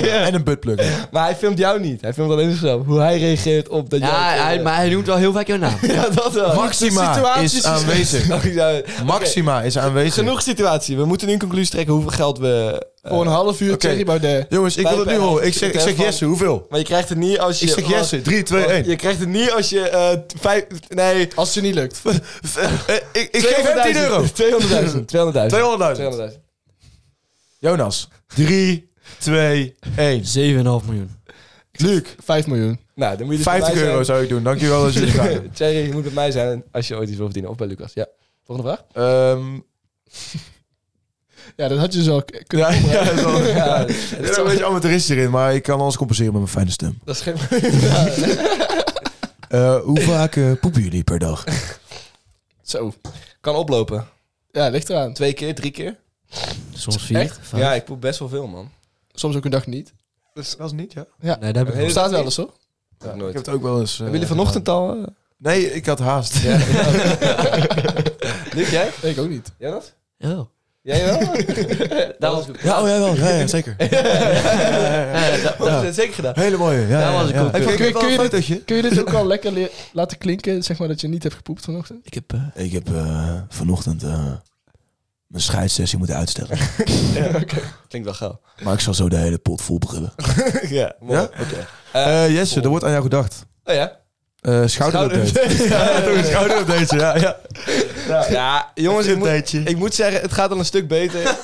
B: [laughs]
D: is.
C: En een buttplug.
B: Maar hij filmt jou niet. Hij filmt alleen zichzelf. Hoe hij reageert op dat
D: ja,
B: jij...
D: hij, maar hij noemt wel heel vaak jouw naam.
B: [laughs] Ja, dat wel.
C: Maxima
B: Situaties
C: is aanwezig.
B: Oh, [laughs] ja. Oké,
C: Maxima is aanwezig.
B: Genoeg situatie. We moeten nu een conclusie trekken hoeveel geld we... eh,
E: Voor een half uur
C: oké.
E: Thierry Baudet.
C: Jongens, ik wil het nu horen. Ik zeg, ik zeg Jesse, hoeveel?
B: Maar je krijgt het niet als je...
C: Ik zeg Jesse, 3, 2,
B: want-
C: 1.
B: Je krijgt het niet als je... eh, t- vijf, nee...
E: Als het je niet [laughs] lukt.
C: Eh, Ik ik geef hem 10 euro.
B: 200.000. [laughs] 200.000.
C: 200.000.
B: 200.000.
C: Jonas, 3, 2, 1.
D: 7,5 miljoen.
C: Luc,
E: 5 miljoen.
B: Nou, dan moet je dus
C: 50
B: bij mij
C: euro
B: zijn.
C: zou ik doen. Dankjewel dat jullie vragen.
B: Dus
C: [laughs]
B: [laughs] Thierry, je moet bij mij zijn als je ooit iets wil verdienen. Of bij Lucas. Ja. Volgende vraag?
C: Ehm,
E: Ja, dat had je zo k- kunnen
C: ja, [laughs] ja, dat is wel-
B: Ja,
C: Er is een beetje amateuristisch erin, maar ik kan alles compenseren met mijn fijne stem.
B: dat is geen... [laughs]
C: Eh, hoe vaak eh, poepen jullie per dag?
E: Zo.
B: Kan oplopen.
E: Ja, ligt eraan.
B: Twee keer, drie keer.
D: Soms vier. vijf.
B: Ja, ik poep best wel veel, man.
E: Soms ook een dag niet.
C: [laughs] Dat is niet, ja.
D: Nee, daar heb ik
B: Heel-
E: Er staat wel eens hoor.
B: Nog
C: Ik
B: nooit.
C: heb het ook wel eens... eh,
B: Hebben jullie vanochtend al... eh,
C: Nee, ik had haast.
B: Luc, jij?
E: Nee, [laughs] ik ook niet.
B: Jonas?
D: Oh.
B: Jij wel?
E: [laughs]
D: Daar was ik
C: Ja, [laughs] oh, ja, wel. Ja, ja, zeker.
B: Dat is zeker gedaan.
C: Hele mooie. Ja,
D: Daar
C: ja,
D: was ik
C: ja.
D: ook.
C: Heb je-
E: Kun je-
C: wel
E: kun je
C: een
E: dit-
C: fotootje?
E: Kun je dit ook al lekker le- laten klinken, zeg maar, dat je niet hebt gepoept vanochtend?
D: Ik heb... eh,
C: Ik heb eh, vanochtend eh, mijn scheidsessie moeten [laughs] uitstellen.
B: Klinkt wel
E: [laughs]
B: gauw.
C: Maar ik zal zo de hele pot vol brullen.
B: ja, mooi.
C: Ja?
B: Oké.
C: Eh Jesse, er wordt aan jou gedacht.
B: Oh ja.
C: Eh schouderupdate. [laughs] ja, toch een schouderupdate. Ja, ja.
B: Ja, jongens, ik moet,
C: Updateje.
E: eh,
B: ik moet zeggen, het gaat al een stuk
E: [laughs]
B: beter.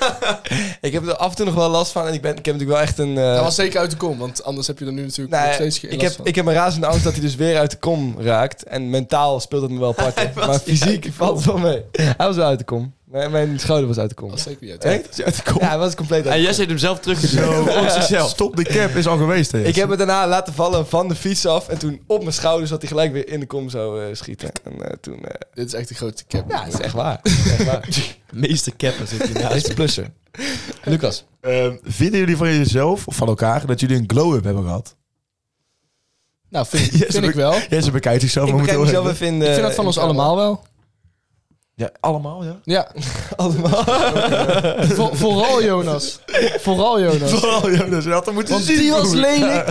B: ik heb er af en toe nog wel last van en ik, ben, ik heb natuurlijk wel echt een... eh,
E: Dat was zeker uit de kom, want anders heb je er nu natuurlijk
B: nou,
E: nog steeds geen
B: ik,
E: last
B: heb,
E: van.
B: ik heb een razende angst dat hij dus weer uit de kom raakt. En mentaal speelt het me wel [laughs] apart. maar fysiek valt het wel mee. Hij was wel uit de kom. Mijn, mijn schouder was uit de kom.
E: Dat was zeker uit.
B: Echt? Ja, hij was compleet uit
D: En
B: de kom.
D: Jesse heeft hem zelf teruggezocht.
C: [laughs] Zo, op zichzelf. Stop de cap is al geweest. Hè,
B: Ik heb het daarna laten vallen van de fiets af. En toen op mijn schouder zat hij gelijk weer in de kom zou eh, schieten. En eh, toen... eh,
E: Dit is echt de grote cap.
B: ja, dat is echt waar. Dat is [laughs] echt waar.
D: Meester Kepper zit hier
B: Ja,
D: naast.
B: is de plusser. Lucas.
C: Ehm, vinden jullie van jezelf of van elkaar dat jullie een glow-up hebben gehad?
E: Nou, vind,
C: Yes,
E: vind ik
C: maar-
E: wel. Ik
C: Jesse bekijkt zichzelf.
B: Ik
C: maar moet
B: bekijk
C: heel
B: mezelf
C: even-
B: even in de...
E: vind dat van ons allemaal wel.
C: Ja, allemaal, ja.
E: Ja,
B: [laughs] Allemaal.
E: Vo- vooral Jonas. Vooral Jonas.
C: [laughs] Vooral Jonas, je had hem moeten
E: Want
C: zien.
E: die was
C: broer.
E: lelijk.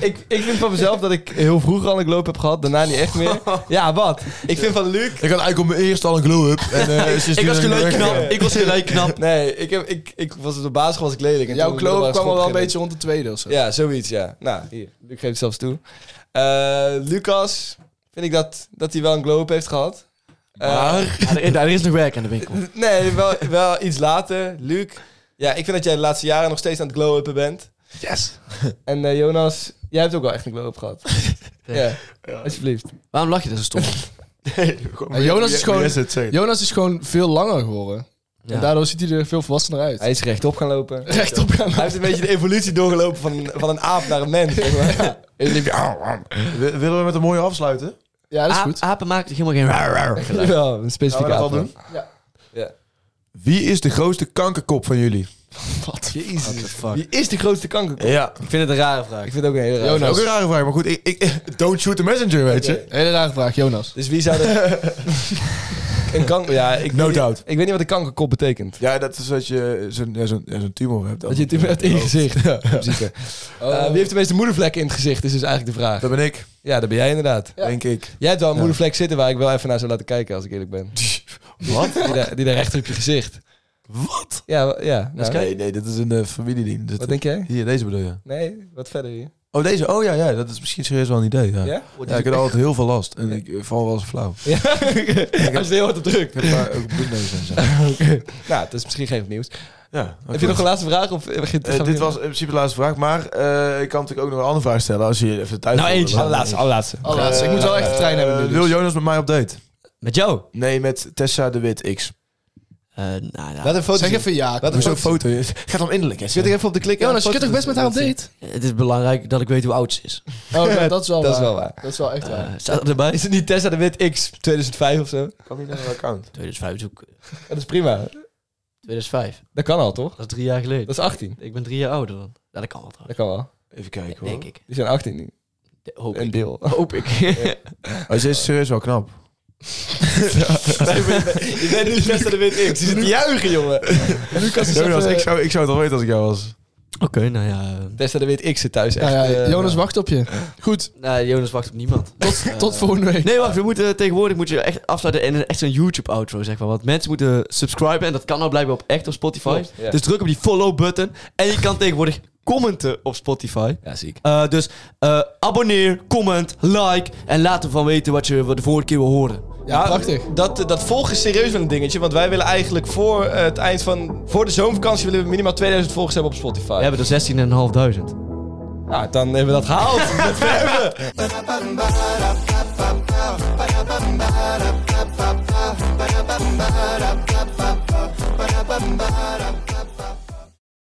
B: ik, ik vind van mezelf dat ik heel vroeg al een glow heb gehad. Daarna niet echt [laughs] meer. Ja, wat? Ik vind van Luc...
C: Ik had eigenlijk op mijn eerste al een glow-up. En, eh,
D: Ik
C: sindsdien
D: was
C: ben
D: gelijk
C: weg.
D: knap. Ik was gelijk knap.
B: Nee, ik, heb, ik, ik was op de basisschool was ik lelijk. En
E: Jouw
B: toen
E: kloof
B: middelbare
E: kwam al
B: school
E: wel een
B: ging
E: beetje rond de tweede of zo.
B: ik- Ja, zoiets, ja. Nou, hier. Luc geeft het zelfs toe. Eh, Lucas, vind ik dat, dat hij wel een glow-up heeft gehad. Eh,
C: Maar,
D: Ja, er, daar is nog werk aan de winkel.
B: Nee, wel, wel iets later. Luc, ja, ik vind dat jij de laatste jaren nog steeds aan het glow-uppen bent.
C: yes.
B: En eh, Jonas, jij hebt ook wel echt een glow-up
E: [laughs]
B: gehad. ja, alsjeblieft.
D: Waarom lach je dat zo stom?
E: Ja, Jonas is gewoon-
C: Yes, het zegt.
E: Jonas is gewoon veel langer geworden.
D: Ja.
E: En daardoor ziet hij er veel volwassener uit.
B: Hij is rechtop gaan lopen.
E: [laughs] rechtop gaan.
B: Hij heeft een beetje de evolutie doorgelopen van, van een aap naar een mens. zeg maar. En dan liep je, "Auw, auw."
C: Wi- Willen we met een mooie afsluiten?
E: Ja, dat is
D: A-
E: goed.
D: Apen maken helemaal geen raar, raar geluid.
B: Ja, een
C: Gaan we
B: specifieke
C: dat
B: aap.
C: al doen?
B: Ja.
C: Wie is de grootste kankerkop van jullie?
B: Jezus. Wie is de grootste kanker?
C: Ja.
D: Ik vind het een rare vraag.
B: Ik vind het ook een hele raar.
C: Ook een rare vraag, maar goed. Ik, ik, don't shoot the messenger, weet je.
E: ah. Hele rare vraag, Jonas.
B: Dus wie zou de...
C: [laughs]
B: een kanker... Ja, ik
C: No
B: weet niet-
C: doubt.
B: Ik weet niet wat een kankerkop betekent.
C: Ja, dat is dat je zo'n ja, zo'n- ja, zo'n tumor hebt.
B: Dat je het hebt in je gezicht. in principe. Eh, wie heeft de meeste moedervlekken in het gezicht, is dus eigenlijk de vraag.
C: Oh. Dat ben ik,
B: Ja, dat ben jij inderdaad.
C: denk ik.
B: Jij hebt wel een moedervlek zitten waar ik wel even naar zou laten kijken, als ik eerlijk
C: [laughs]
B: ben. Wat? Die daar, die daar recht op je gezicht. Wat? Ja, wa- ja. nou.
C: Nee, nee, dit is een eh, familieding. Dit-
B: wat denk jij?
C: Hier, deze bedoel je?
B: Nee, wat verder hier?
C: Oh, deze. Oh ja, ja, dat is misschien serieus wel een idee. Ja,
B: Ja?
C: Ja, ik heb er altijd heel veel last. En ik eh, val wel eens flauw. [laughs] Ik
B: Ja. Als je er heel hard op drukt.
C: heb maar ook bloedneus en zo.
B: [laughs] Nou, het is misschien geen nieuws.
C: Ja, oké.
B: Heb je nog een laatste vraag? Of eh, begint-
C: Eh,
B: gaan we
C: dit
B: nu-
C: was in principe de laatste vraag, maar eh, ik kan natuurlijk ook nog een andere vraag stellen als je even tijd
D: Nou,
C: voor-
D: eentje.
B: Allerlaatste, allerlaatste.
E: Allerlaatste, Oh, ik moet wel echt de trein hebben nu.
B: dus.
E: dus.
C: Eh, wil Jonas met mij op date?
D: Met jou?
C: Nee, met Tessa de Wit X.
D: Eh, nou, nou,
B: Laat een foto
E: Zeg
B: zien.
E: even ja.
B: Laat een
C: Hoezo
B: foto
C: foto? Het gaat om innerlijk, hè?
B: Zit ik even op de klik?
E: Jonas, je kunt toch best met haar op
B: [laughs]
E: date?
D: Eh, Het is belangrijk dat ik weet hoe oud ze is.
E: Oh, ja, dat is wel
B: Dat is
E: waar.
B: wel waar.
E: Dat is wel echt waar.
D: Eh, staat het erbij?
B: Is het niet Tessa de Wit X 2005 of zo?
C: Kan niet naar een account.
D: 2005 is ook...
B: Ja, dat is prima.
D: 2005.
B: Dat kan al, toch?
D: Dat is drie jaar geleden.
B: Dat is 18.
D: Ik ben drie jaar ouder dan. Ja, dat kan wel
B: Dat
D: trouwens.
B: kan wel.
C: Even kijken hoor.
D: Denk ik.
B: Die zijn 18 nu.
D: De- Hoop
B: Een
D: ik.
B: deel.
D: Hoop ik.
C: Oh, ze is serieus wel knap.
B: Je bent nu Tessa de Wit X. Je zit te juichen, jongen. Lucas is
C: Jonas,
B: even-
C: ik zou, ik zou het al weten als ik jou was.
D: [laughs] Oké, nou ja.
B: Tessa de Wit X zit thuis echt.
E: Nou ja,
B: eh,
E: Jonas, wacht op je. Goed,
D: Nou, Jonas wacht op niemand.
E: tot,
B: [laughs]
E: tot volgende week.
D: Nee, wacht. We moeten, tegenwoordig moet je echt afsluiten en echt zo'n YouTube-outro, zeg maar. Want mensen moeten subscriben en dat kan nou blijkbaar op echt op Spotify.
B: Klopt, ja.
D: Dus druk op die follow-button. En je kan tegenwoordig commenten op Spotify.
B: Ja, ziek.
D: Eh, dus eh, abonneer, comment, like en laat ervan weten wat je wat de vorige keer wil horen.
E: Ja, prachtig.
B: Dat, dat volgen is serieus wel een dingetje. Want wij willen eigenlijk voor eh, het eind van... Voor de zomervakantie willen we minimaal 2000 volgers hebben op Spotify.
D: We hebben er 16.500.
B: Ja, dan hebben we dat gehaald. Dat we hebben.